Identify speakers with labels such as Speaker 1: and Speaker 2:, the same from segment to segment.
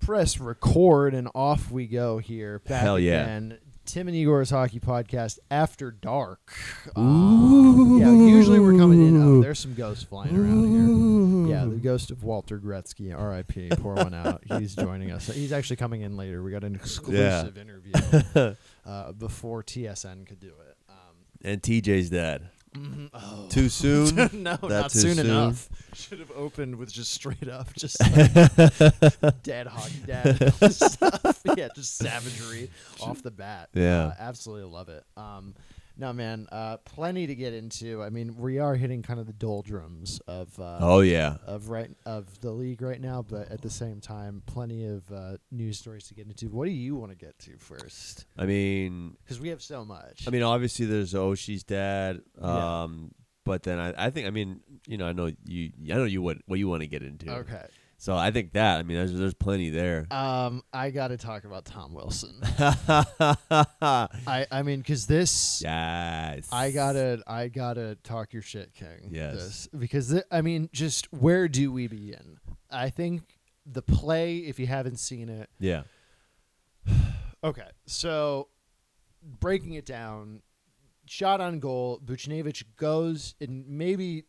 Speaker 1: press record and off we go here. Back
Speaker 2: Hell yeah.
Speaker 1: Again. Tim and Igor's Hockey Podcast after dark. Uh,
Speaker 2: Ooh.
Speaker 1: yeah, usually we're coming in. Oh, there's some ghosts flying around here. Mm-hmm. Yeah, the ghost of Walter Gretzky, R.I.P. Pour one out. He's joining us. He's actually coming in later. We got an exclusive interview uh, before TSN could do it. Um,
Speaker 2: And TJ's dad.
Speaker 1: Mm-hmm. Oh.
Speaker 2: Too soon?
Speaker 1: no,
Speaker 2: That
Speaker 1: not
Speaker 2: too
Speaker 1: soon, enough. Should have opened with just straight up, just like, dead hockey dad stuff. Yeah, just savagery off the bat.
Speaker 2: Yeah.
Speaker 1: Uh, absolutely love it. Um, no, man, uh, plenty to get into. I mean, we are hitting kind of the doldrums of uh,
Speaker 2: Oh yeah.
Speaker 1: of right of the league right now, but at the same time, plenty of uh, news stories to get into. What do you want to get to first?
Speaker 2: I mean,
Speaker 1: Because we have so much.
Speaker 2: I mean, obviously there's Oshie's dad.
Speaker 1: Yeah.
Speaker 2: Um, but then I, I think, I mean, you know, I know you, I know you what what you want to get into.
Speaker 1: okay.
Speaker 2: So I think that, I mean, there's there's plenty there.
Speaker 1: Um, I got to talk about Tom Wilson.
Speaker 2: yes.
Speaker 1: I I mean, because this Uh, I gotta I gotta talk your shit, King.
Speaker 2: Yes.
Speaker 1: this, because th- I mean, just where do we begin? I think the play, if you haven't seen it,
Speaker 2: Yeah.
Speaker 1: okay. So breaking it down, shot on goal, Buchnevich goes and maybe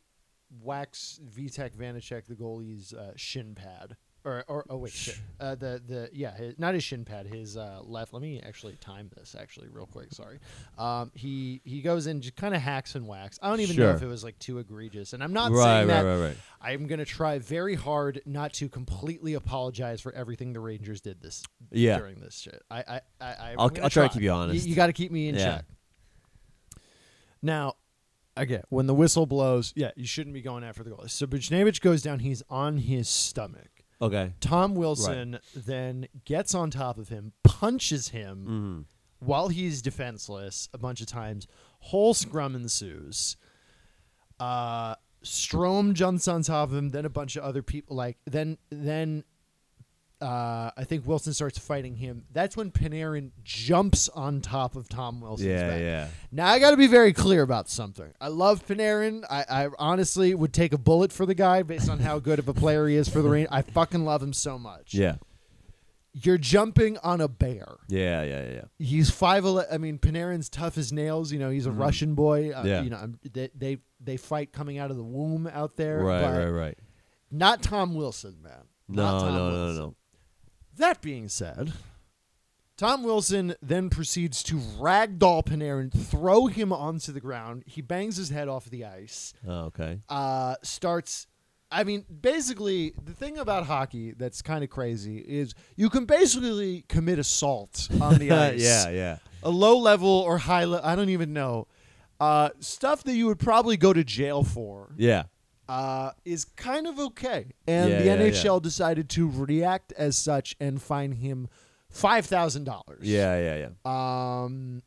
Speaker 1: whacks Vitek Vanacek, the goalie's uh, shin pad. Or, or oh wait shit. Uh, the the yeah his, not his shin pad his uh, left let me actually time this actually real quick sorry um, he he goes in just kind of hacks and whacks I don't even know
Speaker 2: Sure.
Speaker 1: if it was like too egregious and I'm not
Speaker 2: Right,
Speaker 1: saying that
Speaker 2: right, right, right.
Speaker 1: I'm gonna try very hard not to completely apologize for everything the Rangers did this
Speaker 2: Yeah.
Speaker 1: during this shit. I I I, I I'm
Speaker 2: I'll-
Speaker 1: gonna
Speaker 2: I'll try to keep you honest.
Speaker 1: You, got to keep me in
Speaker 2: Yeah.
Speaker 1: check. Now, again, when the whistle blows, yeah, you shouldn't be going after the goal. So Buchnevich goes down. He's on his stomach.
Speaker 2: Okay.
Speaker 1: Tom Wilson then gets on top of him, punches him
Speaker 2: Mm-hmm.
Speaker 1: while he's defenseless a bunch of times. Whole scrum ensues. Uh, Strom jumps on top of him, then a bunch of other people. Like then, then uh, I think Wilson starts fighting him. That's when Panarin jumps on top of Tom Wilson's
Speaker 2: Yeah,
Speaker 1: back.
Speaker 2: yeah.
Speaker 1: Now I got to be very clear about something. I love Panarin. I, I honestly would take a bullet for the guy based on how good of a player he is for the Rangers. I fucking love him so much.
Speaker 2: Yeah.
Speaker 1: You're jumping on a bear.
Speaker 2: Yeah, yeah, yeah.
Speaker 1: He's five. ele- I mean, Panarin's tough as nails. You know, he's a Russian boy. Uh,
Speaker 2: Mm-hmm. Yeah.
Speaker 1: You know, I'm- they, they they fight coming out of the womb out there.
Speaker 2: Right,
Speaker 1: but
Speaker 2: right, right.
Speaker 1: Not Tom Wilson, man. Not
Speaker 2: No,
Speaker 1: Tom
Speaker 2: no, no,
Speaker 1: Wilson.
Speaker 2: no.
Speaker 1: That being said, Tom Wilson then proceeds to ragdoll Panarin, throw him onto the ground. He bangs his head off the ice.
Speaker 2: Oh, okay.
Speaker 1: Uh, starts. I mean, basically, the thing about hockey that's kind of crazy is you can basically commit assault on the ice.
Speaker 2: yeah, yeah.
Speaker 1: A low level or high level, I don't even know. Uh, stuff that you would probably go to jail for
Speaker 2: Yeah.
Speaker 1: uh, is kind of okay. And
Speaker 2: Yeah,
Speaker 1: the
Speaker 2: yeah,
Speaker 1: NHL decided to react as such and fine him five thousand dollars.
Speaker 2: Yeah, yeah, yeah.
Speaker 1: Um.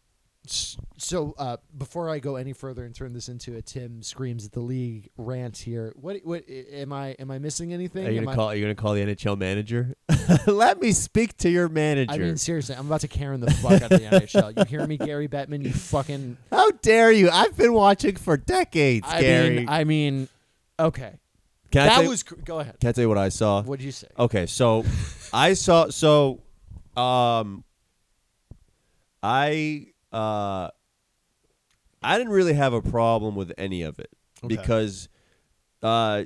Speaker 1: s- So uh, before I go any further and turn this into a Tim screams at the league rant here, what what am I am I missing anything?
Speaker 2: Are you
Speaker 1: Am
Speaker 2: gonna
Speaker 1: I-
Speaker 2: call? Are you gonna call the NHL manager? Let me speak to your manager.
Speaker 1: I mean, seriously, I'm about to Karen the fuck out of the NHL. You hear me, Gary Bettman? You fucking.
Speaker 2: How dare you? I've been watching for decades,
Speaker 1: I
Speaker 2: Gary.
Speaker 1: mean, I mean, okay.
Speaker 2: can I Oh.
Speaker 1: that
Speaker 2: tell you-
Speaker 1: was. cr- Go ahead.
Speaker 2: Can I tell you what I saw?
Speaker 1: What did you say?
Speaker 2: Okay, so I saw so um I uh I didn't really have a problem with any of it
Speaker 1: Okay.
Speaker 2: because uh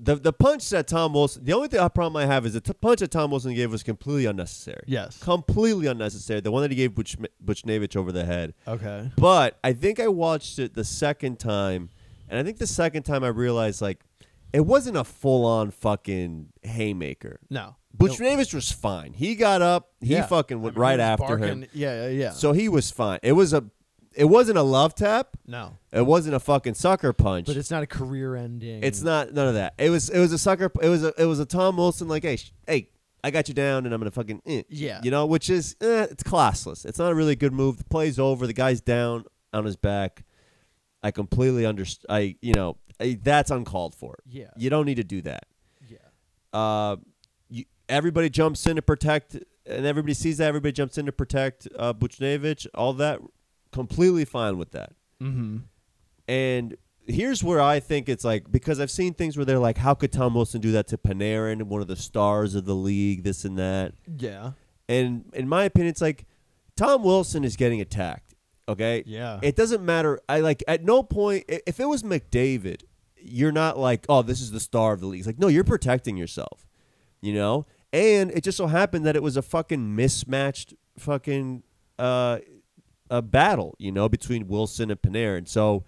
Speaker 2: the the punch that Tom Wilson the only thing, uh, problem I have is the t- punch that Tom Wilson gave was completely unnecessary.
Speaker 1: Yes.
Speaker 2: Completely unnecessary. The one that he gave Butch, Butchnevich over the head.
Speaker 1: Okay.
Speaker 2: But I think I watched it the second time, and I think the second time I realized like it wasn't a full on fucking haymaker.
Speaker 1: No.
Speaker 2: Butch Davis was fine. He got up. He
Speaker 1: Yeah.
Speaker 2: fucking went
Speaker 1: I mean,
Speaker 2: right
Speaker 1: he was
Speaker 2: after
Speaker 1: barking.
Speaker 2: him.
Speaker 1: Yeah, yeah, yeah.
Speaker 2: So he was fine. It was a, it wasn't a love tap.
Speaker 1: no,
Speaker 2: It wasn't a fucking sucker punch.
Speaker 1: but it's not a career-ending.
Speaker 2: It's not none of that. It was it was a sucker. It was a it was a Tom Wilson like hey sh- hey I got you down and I'm gonna fucking eh.
Speaker 1: Yeah.
Speaker 2: you know which is eh, it's classless. It's not a really good move. The play's over. The guy's down on his back. I completely understand. I you know I, that's uncalled for.
Speaker 1: Yeah.
Speaker 2: you don't need to do that.
Speaker 1: Yeah.
Speaker 2: Uh, you, everybody jumps in to protect, and everybody sees that. Everybody jumps in to protect uh, Buchnevich. All that completely fine with that
Speaker 1: Mm-hmm.
Speaker 2: and here's where I think it's like because I've seen things where they're like, how could Tom Wilson do that to Panarin, one of the stars of the league, this and that.
Speaker 1: Yeah.
Speaker 2: And in my opinion, it's like Tom Wilson is getting attacked. Okay.
Speaker 1: Yeah.
Speaker 2: It doesn't matter. I like at no point i- if it was McDavid, you're not like, oh, this is the star of the league. It's like, no, you're protecting yourself. You know? And it just so happened that it was a fucking mismatched fucking uh a battle, you know, between Wilson and Panarin. So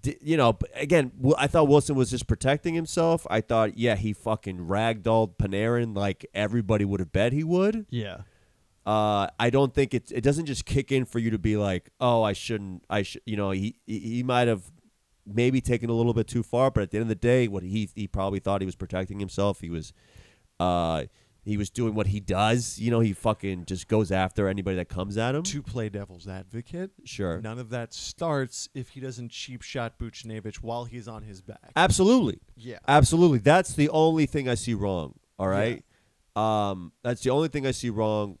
Speaker 2: d- you know, but again, Wi- I thought Wilson was just protecting himself. I thought, yeah, he fucking ragdolled Panarin like everybody would have bet he would
Speaker 1: Yeah.
Speaker 2: uh, I don't think it it doesn't just kick in for you to be like, oh, I shouldn't, I should, you know, he he he might have maybe taken a little bit too far, but at the end of the day, what he he probably thought he was protecting himself. He was, uh, he was doing what he does. You know, he fucking just goes after anybody that comes at him.
Speaker 1: To play devil's advocate,
Speaker 2: Sure,
Speaker 1: none of that starts if he doesn't cheap shot Buchnevich while he's on his back.
Speaker 2: absolutely,
Speaker 1: yeah.
Speaker 2: absolutely. That's the only thing I see wrong. All right, um, that's the only thing I see wrong.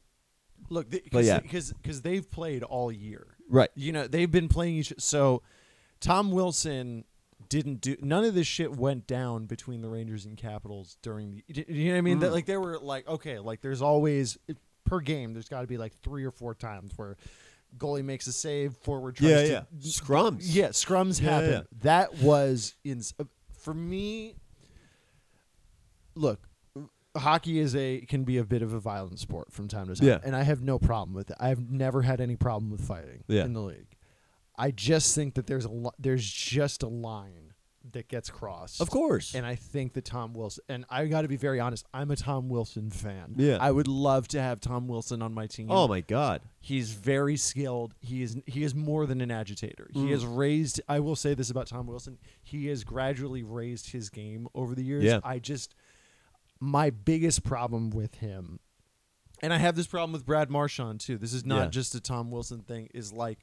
Speaker 1: Look,
Speaker 2: But
Speaker 1: because
Speaker 2: yeah.
Speaker 1: because they've played all year.
Speaker 2: Right.
Speaker 1: You know, they've been playing each. So Tom Wilson didn't do none of this shit went down between the Rangers and Capitals during the. d- You know what I mean? That, like they were like okay, like there's always per game. There's got to be like three or four times where goalie makes a save, forward tries to
Speaker 2: Scrums.
Speaker 1: yeah, scrums
Speaker 2: Yeah,
Speaker 1: happen.
Speaker 2: yeah.
Speaker 1: That was in for me. Look, hockey is a can be a bit of a violent sport from time to time,
Speaker 2: Yeah.
Speaker 1: and I have no problem with it. I've never had any problem with fighting
Speaker 2: Yeah.
Speaker 1: in the league. I just think that there's a li- there's just a line that gets crossed.
Speaker 2: Of course.
Speaker 1: And I think that Tom Wilson, and I got to be very honest, I'm a Tom Wilson fan.
Speaker 2: Yeah.
Speaker 1: I would love to have Tom Wilson on my team.
Speaker 2: oh my god.
Speaker 1: He's very skilled. He is he is more than an agitator. He has
Speaker 2: Mm.
Speaker 1: raised I will say this about Tom Wilson. He has gradually raised his game over the years.
Speaker 2: Yeah.
Speaker 1: I just my biggest problem with him and I have this problem with Brad Marchand too. This is not
Speaker 2: Yeah.
Speaker 1: just a Tom Wilson thing is like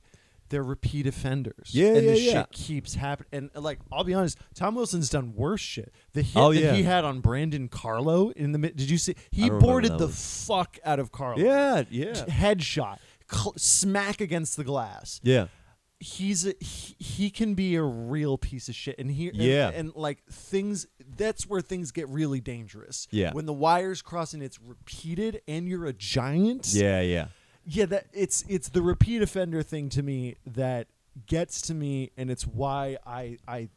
Speaker 1: they're repeat offenders.
Speaker 2: Yeah,
Speaker 1: and
Speaker 2: yeah,
Speaker 1: this
Speaker 2: yeah.
Speaker 1: shit keeps happening. And uh, like, I'll be honest, Tom Wilson's done worse shit. The hit
Speaker 2: Oh,
Speaker 1: that
Speaker 2: yeah.
Speaker 1: he had on Brandon Carlo in the mid. Did you see? He
Speaker 2: don't remember
Speaker 1: boarded
Speaker 2: that
Speaker 1: the
Speaker 2: one.
Speaker 1: fuck out of Carlo
Speaker 2: Yeah, yeah,
Speaker 1: headshot, cl- smack against the glass.
Speaker 2: yeah.
Speaker 1: He's a, he, he can be a real piece of shit, and he and-
Speaker 2: Yeah.
Speaker 1: and, like things that's where things get really dangerous.
Speaker 2: Yeah.
Speaker 1: when the wires cross and it's repeated, and you're a giant.
Speaker 2: Yeah, yeah.
Speaker 1: yeah. That it's it's the repeat offender thing to me that gets to me, and it's why I I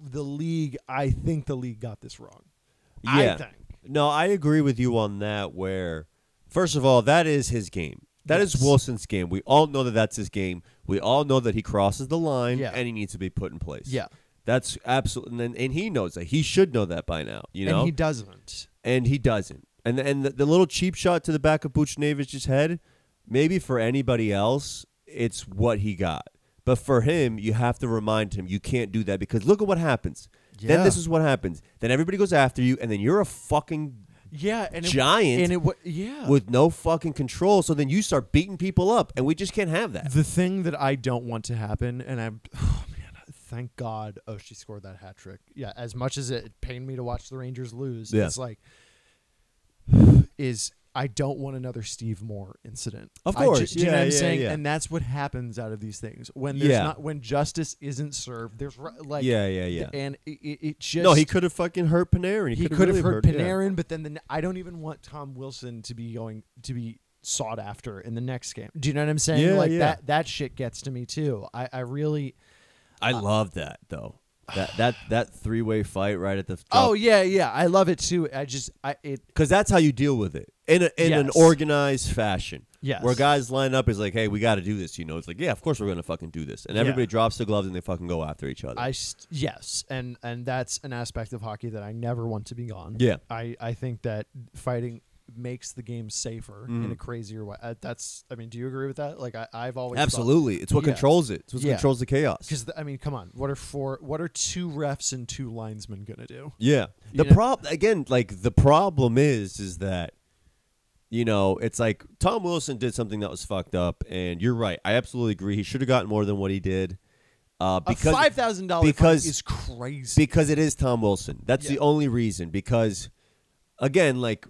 Speaker 1: the league I think the league got this wrong. I
Speaker 2: Yeah.
Speaker 1: think.
Speaker 2: No, I agree with you on that where first of all, that is his game. That is
Speaker 1: Yes.
Speaker 2: Wilson's game. We all know that that's his game. We all know that he crosses the line
Speaker 1: Yeah.
Speaker 2: and he needs to be put in place.
Speaker 1: Yeah.
Speaker 2: That's absolutely and, then- and he knows that. He should know that by now, you know?
Speaker 1: and he doesn't.
Speaker 2: and he doesn't. And and the, the little cheap shot to the back of Buchnevich's head, maybe for anybody else, it's what he got. But for him, you have to remind him you can't do that because look at what happens. Then
Speaker 1: Yeah.
Speaker 2: this is what happens. Then everybody goes after you, and then you're a fucking
Speaker 1: Yeah, and it,
Speaker 2: Giant.
Speaker 1: and it wa- yeah
Speaker 2: with no fucking control. So then you start beating people up, and we just can't have that.
Speaker 1: The thing that I don't want to happen, and I'm, oh man, thank God, oh she scored that hat trick. Yeah, as much as it pained me to watch the Rangers lose,
Speaker 2: Yeah.
Speaker 1: it's like, is I don't want another Steve Moore incident.
Speaker 2: Of
Speaker 1: I ju-
Speaker 2: course.
Speaker 1: do you know
Speaker 2: Yeah,
Speaker 1: what I'm
Speaker 2: yeah,
Speaker 1: saying?
Speaker 2: yeah.
Speaker 1: And that's what happens out of these things when there's
Speaker 2: Yeah.
Speaker 1: not when justice isn't served. There's ri- like
Speaker 2: yeah, yeah, yeah.
Speaker 1: and it, it, it just
Speaker 2: no, he could have fucking hurt Panarin. He,
Speaker 1: he
Speaker 2: could
Speaker 1: could
Speaker 2: really
Speaker 1: have hurt
Speaker 2: yeah.
Speaker 1: Panarin, but then the, I don't even want Tom Wilson to be going to be sought after in the next game. Do you know what I'm saying?
Speaker 2: Yeah,
Speaker 1: like
Speaker 2: yeah.
Speaker 1: that that shit gets to me too. I I really
Speaker 2: I love that though. That that that three way fight right at the top.
Speaker 1: Oh yeah, yeah. I love it too. I just I it
Speaker 2: Because that's how you deal with it in a, in an
Speaker 1: Yes.
Speaker 2: organized fashion.
Speaker 1: Yes.
Speaker 2: Where guys line up is like, hey, we got to do this. You know, it's like, yeah, of course we're gonna fucking do this, and
Speaker 1: Yeah.
Speaker 2: everybody drops the gloves and they fucking go after each other.
Speaker 1: I s- yes, and and that's an aspect of hockey that I never want to be gone.
Speaker 2: Yeah.
Speaker 1: I I think that fighting makes the game safer in
Speaker 2: Mm.
Speaker 1: a crazier way. Uh, that's I mean, do you agree with that? Like I I've always thought-
Speaker 2: Absolutely, it's what
Speaker 1: Yeah.
Speaker 2: controls it. It's what
Speaker 1: Yeah.
Speaker 2: controls the chaos.
Speaker 1: Because I mean, come on, what are four? What are two refs and two linesmen gonna do?
Speaker 2: Yeah. The
Speaker 1: You know-
Speaker 2: prob again, like the problem is is that you know, it's like Tom Wilson did something that was fucked up and you're right. I absolutely agree. He should have gotten more than what he did. Uh,
Speaker 1: a
Speaker 2: because
Speaker 1: five thousand dollars
Speaker 2: because-
Speaker 1: is crazy.
Speaker 2: because it is Tom Wilson. That's the
Speaker 1: Yeah.
Speaker 2: only reason because again, like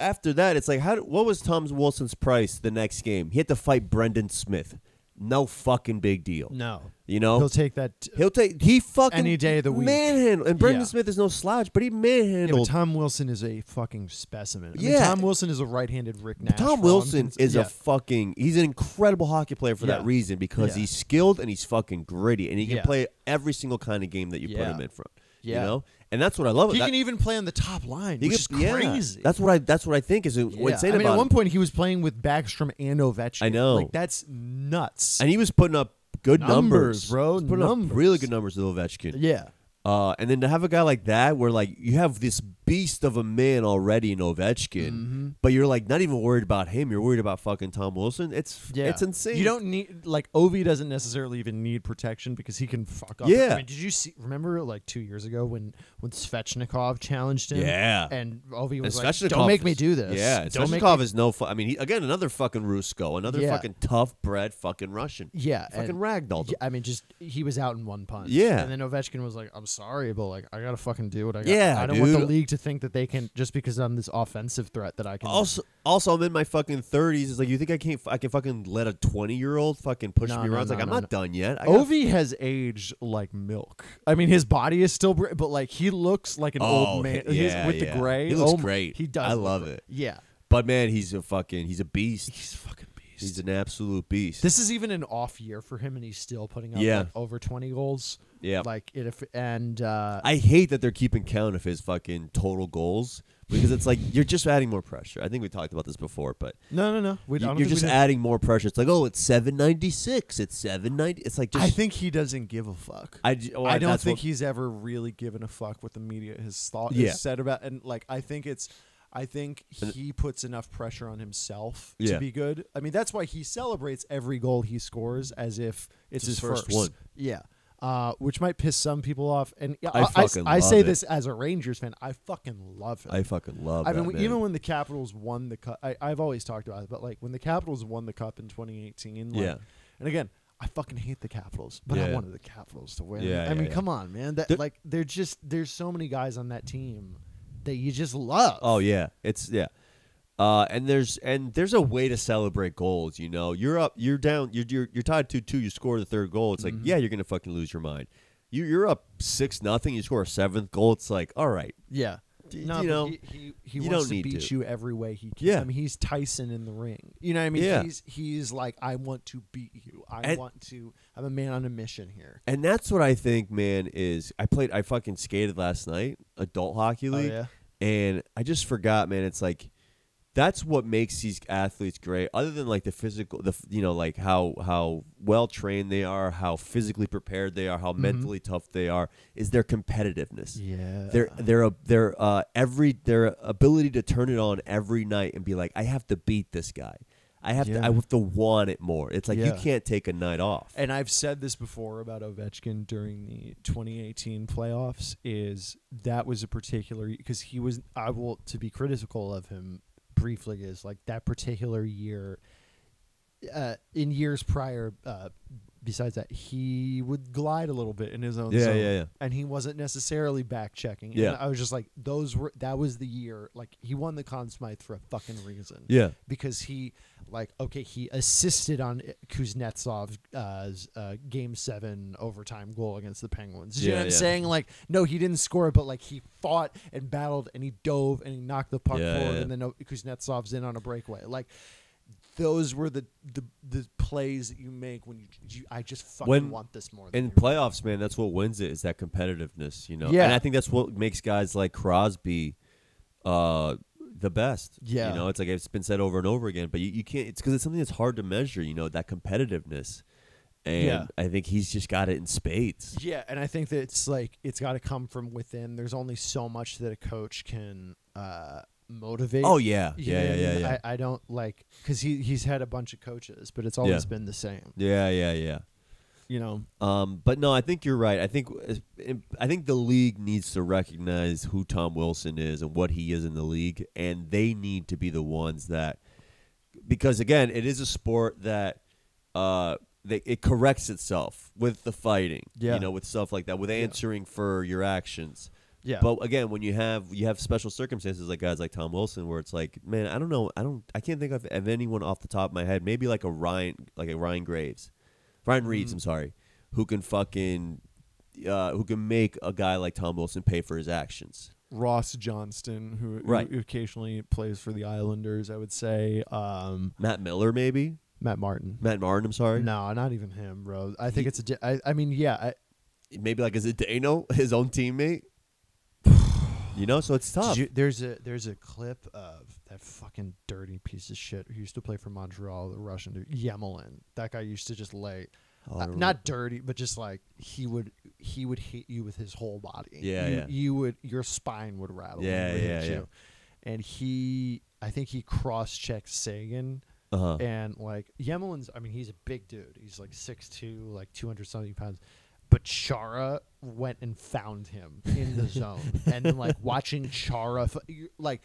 Speaker 2: after that it's like how do- what was Tom Wilson's price the next game? He had to fight Brendan Smith. No fucking big deal.
Speaker 1: no,
Speaker 2: You know,
Speaker 1: He'll take that. uh,
Speaker 2: He'll take he fucking
Speaker 1: Any day of the week.
Speaker 2: Manhandle and Brendan
Speaker 1: Yeah.
Speaker 2: Smith is no slouch, but
Speaker 1: Yeah,
Speaker 2: he
Speaker 1: but
Speaker 2: manhandled.
Speaker 1: Tom Wilson is a fucking specimen. I mean,
Speaker 2: Yeah.
Speaker 1: Tom Wilson is a right-handed Rick Nash. for all
Speaker 2: Tom Wilson
Speaker 1: intents-
Speaker 2: is
Speaker 1: yeah.
Speaker 2: a fucking he's an incredible hockey player for that
Speaker 1: Yeah.
Speaker 2: reason because
Speaker 1: Yeah.
Speaker 2: he's skilled and he's fucking gritty and he can
Speaker 1: Yeah.
Speaker 2: play every single kind of game that you put
Speaker 1: Yeah.
Speaker 2: him in front. You
Speaker 1: Yeah.
Speaker 2: know? And that's what I love
Speaker 1: he
Speaker 2: that,
Speaker 1: can even play on the top line,
Speaker 2: he
Speaker 1: which
Speaker 2: could-
Speaker 1: is
Speaker 2: yeah.
Speaker 1: crazy.
Speaker 2: That's what I that's what I think is
Speaker 1: Yeah.
Speaker 2: what's
Speaker 1: I
Speaker 2: insane
Speaker 1: mean,
Speaker 2: about
Speaker 1: at
Speaker 2: him.
Speaker 1: one point he was playing with Backstrom and Ovechkin.
Speaker 2: I know.
Speaker 1: like that's nuts.
Speaker 2: and he was putting up good
Speaker 1: Numbers,
Speaker 2: numbers,
Speaker 1: bro,
Speaker 2: He was putting
Speaker 1: numbers.
Speaker 2: up really good numbers with Ovechkin.
Speaker 1: yeah,
Speaker 2: Uh, and then to have a guy like that, where like you have this beast of a man already in Ovechkin,
Speaker 1: Mm-hmm.
Speaker 2: but you're like not even worried about him. You're worried about fucking Tom Wilson. It's
Speaker 1: yeah,
Speaker 2: it's insane.
Speaker 1: You don't need like Ovi doesn't necessarily even need protection because he can fuck up.
Speaker 2: Yeah.
Speaker 1: I mean, did you see? Remember like two years ago when when Svechnikov challenged him?
Speaker 2: Yeah.
Speaker 1: and Ovi
Speaker 2: And
Speaker 1: was like, "Don't
Speaker 2: Svechnikov
Speaker 1: make me
Speaker 2: is-
Speaker 1: do this.
Speaker 2: Yeah,
Speaker 1: don't make
Speaker 2: Svechnikov
Speaker 1: me-
Speaker 2: is no. Fu- I mean, he, again, another fucking Rusko, another
Speaker 1: Yeah.
Speaker 2: fucking tough bred fucking Russian.
Speaker 1: Yeah,
Speaker 2: fucking
Speaker 1: and-
Speaker 2: ragdolled.
Speaker 1: Yeah, I mean, just he was out in one punch.
Speaker 2: Yeah.
Speaker 1: and then Ovechkin was like, "I'm sorry, but like I gotta fucking do what I got.
Speaker 2: Yeah,
Speaker 1: I don't want the
Speaker 2: dude.
Speaker 1: league to think that they can just because I'm this offensive threat that I can."
Speaker 2: Also, also, I'm in my fucking thirties. It's like you think I can't, I can fucking let a twenty year old fucking push
Speaker 1: No,
Speaker 2: me
Speaker 1: no,
Speaker 2: around. it's
Speaker 1: no,
Speaker 2: like I'm
Speaker 1: no,
Speaker 2: not done yet. I gotta-
Speaker 1: Ovi has aged like milk. I mean, his body is still, br- but like he looks like an
Speaker 2: Oh,
Speaker 1: old man
Speaker 2: he-
Speaker 1: He's-
Speaker 2: yeah,
Speaker 1: with
Speaker 2: yeah.
Speaker 1: the gray. oh
Speaker 2: He looks
Speaker 1: my-
Speaker 2: great.
Speaker 1: He does.
Speaker 2: I
Speaker 1: look
Speaker 2: love
Speaker 1: great.
Speaker 2: it.
Speaker 1: Yeah,
Speaker 2: but man, he's a fucking, he's a beast.
Speaker 1: he's a fucking beast.
Speaker 2: He's an absolute beast.
Speaker 1: this is even an off year for him, and he's still putting up
Speaker 2: Yeah.
Speaker 1: like, over twenty goals.
Speaker 2: Yeah.
Speaker 1: like it. If, and uh,
Speaker 2: I hate that they're keeping count of his fucking total goals because it's like you're just adding more pressure. I think we talked about this before, but
Speaker 1: no, no, no. We, I
Speaker 2: you,
Speaker 1: don't think
Speaker 2: you're
Speaker 1: we
Speaker 2: just
Speaker 1: did.
Speaker 2: adding more pressure. It's like, oh, it's 796. It's 790. It's like just.
Speaker 1: I think he doesn't give a fuck.
Speaker 2: I, j- well,
Speaker 1: I don't
Speaker 2: that's
Speaker 1: think
Speaker 2: what-
Speaker 1: he's ever really given a fuck what the media has thought
Speaker 2: Yeah.
Speaker 1: has said about and like I think it's I think he puts enough pressure on himself
Speaker 2: Yeah.
Speaker 1: to be good. I mean that's why he celebrates every goal he scores as if it's,
Speaker 2: It's his
Speaker 1: his
Speaker 2: first one.
Speaker 1: Yeah. Uh, which might piss some people off, and yeah, I,
Speaker 2: I
Speaker 1: I,
Speaker 2: fucking
Speaker 1: I
Speaker 2: love
Speaker 1: say
Speaker 2: it.
Speaker 1: this as a Rangers fan. I fucking love it.
Speaker 2: I fucking love
Speaker 1: I
Speaker 2: that.
Speaker 1: mean,
Speaker 2: man.
Speaker 1: even when the Capitals won the cup, I, I've always talked about it, but like when the Capitals won the cup in 2018, like,
Speaker 2: Yeah.
Speaker 1: And again, I fucking hate the Capitals, but I
Speaker 2: Yeah.
Speaker 1: wanted the Capitals to win.
Speaker 2: Yeah,
Speaker 1: I
Speaker 2: yeah,
Speaker 1: mean,
Speaker 2: yeah.
Speaker 1: come on, man. That
Speaker 2: They're-
Speaker 1: like they're just there's so many guys on that team that you just love.
Speaker 2: Oh yeah, it's yeah. Uh, and there's and there's a way to celebrate goals. You know, you're up, you're down, you're you're, you're tied two two. You score the third goal. It's like yeah, you're gonna fucking lose your mind. You you're up six nothing. You score a seventh goal. It's like all right,
Speaker 1: yeah.
Speaker 2: D-
Speaker 1: No,
Speaker 2: you
Speaker 1: but
Speaker 2: know,
Speaker 1: he, he, he
Speaker 2: you
Speaker 1: wants
Speaker 2: don't
Speaker 1: to
Speaker 2: need
Speaker 1: beat
Speaker 2: to.
Speaker 1: you every way he can.
Speaker 2: Yeah.
Speaker 1: I mean, he's Tyson in the ring. You know what I mean?
Speaker 2: Yeah.
Speaker 1: He's he's like, I want to beat you. I
Speaker 2: And-
Speaker 1: want to. I'm a man on a mission here.
Speaker 2: And that's what I think, man, is I played I fucking skated last night, adult hockey
Speaker 1: Oh,
Speaker 2: league.
Speaker 1: yeah?
Speaker 2: And I just forgot, man, it's like that's what makes these athletes great other than like the physical the f- you know like how how well trained they are how physically prepared they are how mentally tough they are is their competitiveness
Speaker 1: Mm-hmm. Yeah.
Speaker 2: their their their uh every their ability to turn it on every night and be like i have to beat this guy i have to
Speaker 1: Yeah.
Speaker 2: i have to want it more it's like you
Speaker 1: Yeah.
Speaker 2: can't take a night off
Speaker 1: and I've said this before about Ovechkin during the 2018 playoffs is that was a particular because he was I will to be critical of him briefly is like that particular year uh, in years prior uh, besides that he would glide a little bit in his own
Speaker 2: Yeah,
Speaker 1: zone
Speaker 2: yeah, yeah.
Speaker 1: and he wasn't necessarily back checking
Speaker 2: Yeah.
Speaker 1: and I was just like those were that was the year like he won the Conn Smythe for a fucking reason
Speaker 2: yeah
Speaker 1: because he like okay he assisted on Kuznetsov's uh, uh, game seven overtime goal against the Penguins. You
Speaker 2: Yeah,
Speaker 1: know what I'm
Speaker 2: yeah.
Speaker 1: saying? Like no, he didn't score, but like he fought and battled and he dove and he knocked the puck
Speaker 2: Yeah,
Speaker 1: forward
Speaker 2: yeah.
Speaker 1: and then uh, Kuznetsov's in on a breakaway. Like those were the the, the plays that you make when you, you I just fucking
Speaker 2: When-
Speaker 1: want this more. Than
Speaker 2: In
Speaker 1: everyone.
Speaker 2: playoffs, man, that's what wins it is that competitiveness, you know. And
Speaker 1: Yeah.
Speaker 2: I think that's what makes guys like Crosby uh the best.
Speaker 1: Yeah.
Speaker 2: You know, it's like it's been said over and over again, but you, you can't it's cuz it's something that's hard to measure, you know, that competitiveness. And
Speaker 1: Yeah.
Speaker 2: I think he's just got it in spades.
Speaker 1: Yeah, and I think that it's like it's got to come from within. There's only so much that a coach can uh, motivate.
Speaker 2: Oh yeah.
Speaker 1: You
Speaker 2: Yeah,
Speaker 1: know
Speaker 2: yeah,
Speaker 1: what I
Speaker 2: yeah,
Speaker 1: mean?
Speaker 2: yeah.
Speaker 1: I, I don't like because he he's had a bunch of coaches, but it's always
Speaker 2: Yeah.
Speaker 1: been the same.
Speaker 2: Yeah, yeah, yeah.
Speaker 1: You know,
Speaker 2: Um, but no, I think you're right. I think uh, I think the league needs to recognize who Tom Wilson is and what he is in the league, and they need to be the ones that, because again, it is a sport that, uh, that it corrects itself with the fighting.
Speaker 1: Yeah.
Speaker 2: you know, with stuff like that, with answering for your actions.
Speaker 1: Yeah.
Speaker 2: But again, when you have you have special circumstances like guys like Tom Wilson, where it's like, man, I don't know, I don't, I can't think of,
Speaker 1: Mm-hmm.
Speaker 2: of anyone off the top of my head. Maybe like a Ryan, like a Ryan Graves, Ryan Reeves. I'm sorry, who can fucking uh, who can make a guy like Tom Wilson pay for his actions.
Speaker 1: Ross Johnston, who, who
Speaker 2: Right.
Speaker 1: occasionally plays for the Islanders, I would say. Um,
Speaker 2: Matt Miller, maybe
Speaker 1: Matt Martin.
Speaker 2: Matt Martin. I'm sorry,
Speaker 1: No, not even him, bro. I think it's a. Di- I, I mean, yeah. I,
Speaker 2: maybe like is it Dano, his own teammate? You know, so it's tough.
Speaker 1: Did you- there's a there's a clip of that fucking dirty piece of shit who used to play for Montreal, the Russian dude, Yemelin. That guy used to just lay,
Speaker 2: Oh, I
Speaker 1: uh,
Speaker 2: remember.
Speaker 1: not dirty, but just like he would he would hit you with his whole body.
Speaker 2: Yeah,
Speaker 1: you,
Speaker 2: yeah.
Speaker 1: you would your spine would rattle. when he
Speaker 2: Yeah,
Speaker 1: would hit
Speaker 2: yeah, yeah.
Speaker 1: you. And he, I think he cross checked Sagan.
Speaker 2: uh-huh.
Speaker 1: And like Yemelin's, I mean, he's a big dude. He's like 6'2", like two hundred something pounds. But Chara went and found him in the zone, and then like watching Chara, f- you- like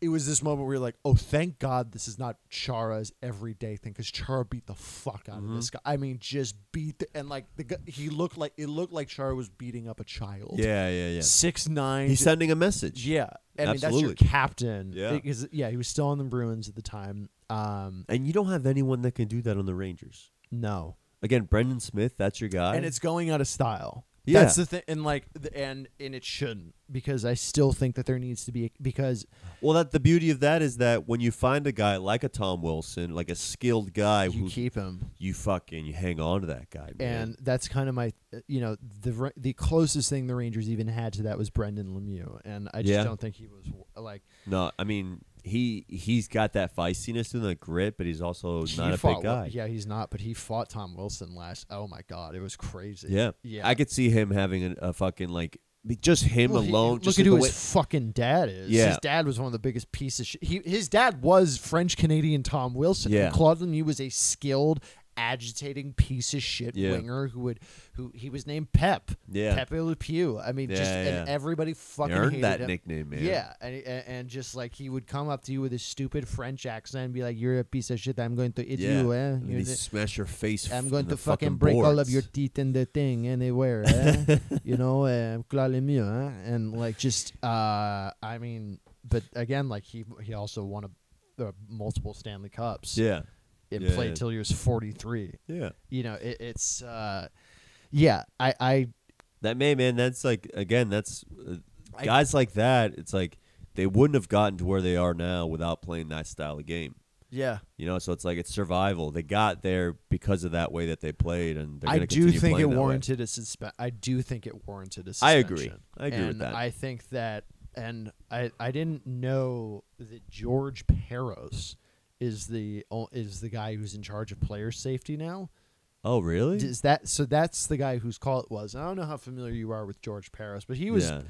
Speaker 1: it was this moment where you're like, oh, thank God this is not Chara's everyday thing because Chara beat the fuck out of
Speaker 2: Mm-hmm.
Speaker 1: this guy. I mean, just beat the, and like the guy, he looked like it looked like Chara was beating up a child.
Speaker 2: Yeah, yeah, yeah.
Speaker 1: six nine.
Speaker 2: He's sending a message.
Speaker 1: yeah, I mean that's your
Speaker 2: Absolutely.
Speaker 1: captain.
Speaker 2: Yeah.
Speaker 1: because yeah, he was still on the Bruins at the time. Um,
Speaker 2: And you don't have anyone that can do that on the Rangers.
Speaker 1: no,
Speaker 2: Again, Brendan Smith, that's your guy.
Speaker 1: and it's going out of style.
Speaker 2: Yeah.
Speaker 1: That's the thing, and like, the, and and it shouldn't because I still think that there needs to be because
Speaker 2: well that the beauty of that is that when you find a guy like a Tom Wilson, like a skilled guy
Speaker 1: you
Speaker 2: who
Speaker 1: keep him,
Speaker 2: you fucking you hang on to that guy, man.
Speaker 1: and that's kind of my, uh, you know, the Ra- the closest thing the Rangers even had to that was Brendan Lemieux, and I just
Speaker 2: Yeah.
Speaker 1: don't think he was like
Speaker 2: no, I mean he he's got that feistiness and the grit, but he's also
Speaker 1: he
Speaker 2: not a
Speaker 1: fought
Speaker 2: big
Speaker 1: Wil-
Speaker 2: guy.
Speaker 1: Yeah, he's not, but he fought Tom Wilson last. Oh my god, it was crazy.
Speaker 2: yeah,
Speaker 1: yeah.
Speaker 2: I could see him having a, a fucking like be- just him
Speaker 1: Well, he-
Speaker 2: alone.
Speaker 1: look
Speaker 2: just
Speaker 1: at
Speaker 2: in the
Speaker 1: who
Speaker 2: way-
Speaker 1: his fucking dad is.
Speaker 2: Yeah.
Speaker 1: His dad was one of the biggest pieces. Sh- he, his dad was French Canadian Tom Wilson.
Speaker 2: Yeah.
Speaker 1: And Claude Lemieux was a skilled, agitating piece of shit
Speaker 2: Yeah.
Speaker 1: winger who would who he was named Pep.
Speaker 2: Yeah.
Speaker 1: Pepe Le Pew. I mean, just
Speaker 2: Yeah,
Speaker 1: and
Speaker 2: yeah.
Speaker 1: everybody fucking
Speaker 2: earned
Speaker 1: hated
Speaker 2: that
Speaker 1: him.
Speaker 2: nickname, man.
Speaker 1: Yeah, and, and and just like he would come up to you with his stupid French accent and be like, "You're a piece of shit. I'm going to eat
Speaker 2: yeah.
Speaker 1: you. Eh?
Speaker 2: and then
Speaker 1: You're
Speaker 2: he
Speaker 1: the-
Speaker 2: smash your face.
Speaker 1: I'm
Speaker 2: f-
Speaker 1: going
Speaker 2: in
Speaker 1: to
Speaker 2: the fucking,
Speaker 1: fucking break all of
Speaker 2: boards.
Speaker 1: your teeth in the thing anywhere. Eh? you know, um, Claude Lemieux, eh? and like just, uh, I mean, but again, like he he also won a, uh, multiple Stanley Cups.
Speaker 2: Yeah,
Speaker 1: and
Speaker 2: yeah,
Speaker 1: played
Speaker 2: yeah.
Speaker 1: till he was 43.
Speaker 2: yeah.
Speaker 1: You know, it, it's, uh, yeah, I, I,
Speaker 2: That may man, that's like again, that's uh,
Speaker 1: I-
Speaker 2: guys like that. It's like they wouldn't have gotten to where they are now without playing that style of game.
Speaker 1: yeah,
Speaker 2: You know, so it's like it's survival. They got there because of that way that they played, and they're
Speaker 1: I
Speaker 2: gonna
Speaker 1: do
Speaker 2: continue
Speaker 1: think
Speaker 2: playing
Speaker 1: it
Speaker 2: that way.
Speaker 1: warranted a suspension. I do think it warranted a suspension.
Speaker 2: I agree. I agree
Speaker 1: and
Speaker 2: with that.
Speaker 1: I think that, and I I didn't know that George Peros is the o- is the guy who's in charge of player safety now.
Speaker 2: Oh, really?
Speaker 1: Is that so? That's the guy whose call it was. I don't know how familiar you are with George Peros, but he was
Speaker 2: Yeah.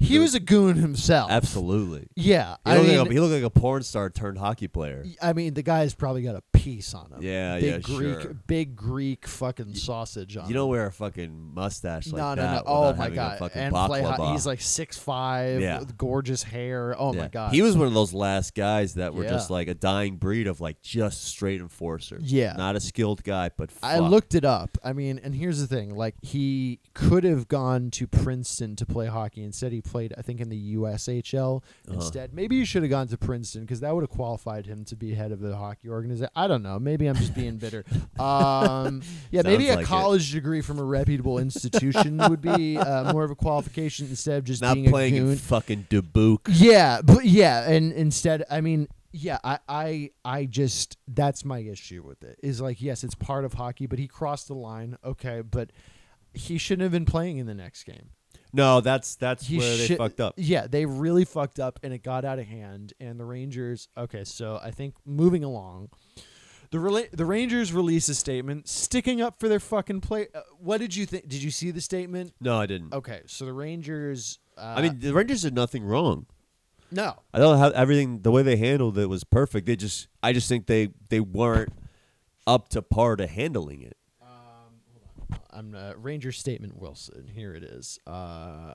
Speaker 1: he was a goon himself.
Speaker 2: absolutely.
Speaker 1: Yeah,
Speaker 2: He
Speaker 1: I
Speaker 2: looked,
Speaker 1: mean,
Speaker 2: like a, he looked like a porn star turned hockey player.
Speaker 1: I mean, the guy's probably got a piece on him.
Speaker 2: Yeah,
Speaker 1: big
Speaker 2: yeah,
Speaker 1: Greek,
Speaker 2: sure.
Speaker 1: big Greek fucking sausage on.
Speaker 2: You
Speaker 1: him.
Speaker 2: don't wear a fucking mustache like
Speaker 1: uh, no,
Speaker 2: that.
Speaker 1: no, no! Oh
Speaker 2: without
Speaker 1: my
Speaker 2: having
Speaker 1: god!
Speaker 2: A fucking
Speaker 1: and play
Speaker 2: baklava.
Speaker 1: hot. He's like six five,
Speaker 2: Yeah.
Speaker 1: with gorgeous hair. Oh my
Speaker 2: Yeah.
Speaker 1: god!
Speaker 2: He was one of those last guys that were
Speaker 1: Yeah.
Speaker 2: just like a dying breed of like just straight enforcer.
Speaker 1: Yeah.
Speaker 2: Not a skilled guy, but fuck.
Speaker 1: I looked it up. I mean, and here's the thing: like he could have gone to Princeton to play hockey. Instead, he played, I think, in the USHL.
Speaker 2: Uh-huh.
Speaker 1: Instead, maybe he should have gone to Princeton because that would have qualified him to be head of the hockey organization. I don't know. Maybe I'm just being bitter. Um, yeah, maybe
Speaker 2: Sounds
Speaker 1: a
Speaker 2: like it.
Speaker 1: college degree from a reputable institution would be uh, more of a qualification instead of just
Speaker 2: not
Speaker 1: being
Speaker 2: playing
Speaker 1: a
Speaker 2: in
Speaker 1: goon.
Speaker 2: fucking Dubuque.
Speaker 1: Yeah, but yeah, and instead, I mean, yeah, I, I, I just that's my issue with it is like, yes, it's part of hockey, but he crossed the line, okay, but he shouldn't have been playing in the next game.
Speaker 2: No, that's that's
Speaker 1: He
Speaker 2: where they
Speaker 1: should-
Speaker 2: fucked up.
Speaker 1: Yeah, they really fucked up, and it got out of hand. And the Rangers, okay, so I think moving along. The, rela- the Rangers release a statement sticking up for their fucking play. Uh, what did you think? Did you see the statement?
Speaker 2: No, I didn't.
Speaker 1: Okay, so the Rangers. Uh,
Speaker 2: I mean, the Rangers did nothing wrong.
Speaker 1: no,
Speaker 2: I don't know how everything the way they handled it was perfect. They just I just think they they weren't up to par to handling it.
Speaker 1: I'm uh, Ranger Statement Wilson. Here it is. Uh,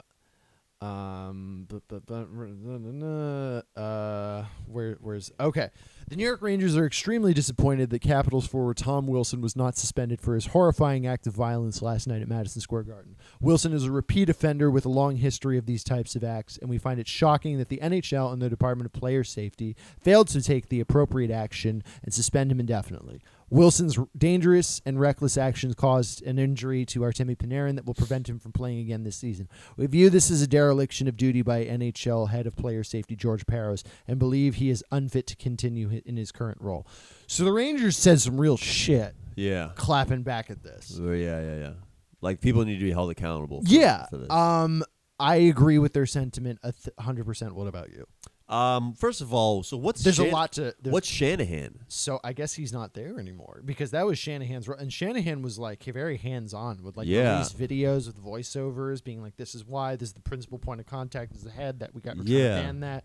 Speaker 1: um, bu- bu- bu- uh, where where's okay? The New York Rangers are extremely disappointed that Capitals forward Tom Wilson was not suspended for his horrifying act of violence last night at Madison Square Garden. Wilson is a repeat offender with a long history of these types of acts, and we find it shocking that the NHL and the Department of Player Safety failed to take the appropriate action and suspend him indefinitely. Wilson's r- dangerous and reckless actions caused an injury to Artemi Panarin that will prevent him from playing again this season. We view this as a dereliction of duty by NHL head of player safety George Paros and believe he is unfit to continue hi- in his current role. So the Rangers said some real shit
Speaker 2: Yeah.
Speaker 1: clapping back at this.
Speaker 2: Yeah, yeah, yeah. Like people need to be held accountable. For,
Speaker 1: Yeah.
Speaker 2: For this.
Speaker 1: Um I agree with their sentiment a th- 100%. What about you?
Speaker 2: um. First of all, so what's
Speaker 1: uh, There's a
Speaker 2: Shan-
Speaker 1: lot to there's
Speaker 2: What's Shanahan?
Speaker 1: So I guess he's not there anymore because that was Shanahan's role, and Shanahan was like very hands on with like
Speaker 2: Yeah.
Speaker 1: these videos with voiceovers, being like, "This is why this is the principal point of contact is the head that we got we're trying to
Speaker 2: Yeah.
Speaker 1: ban that."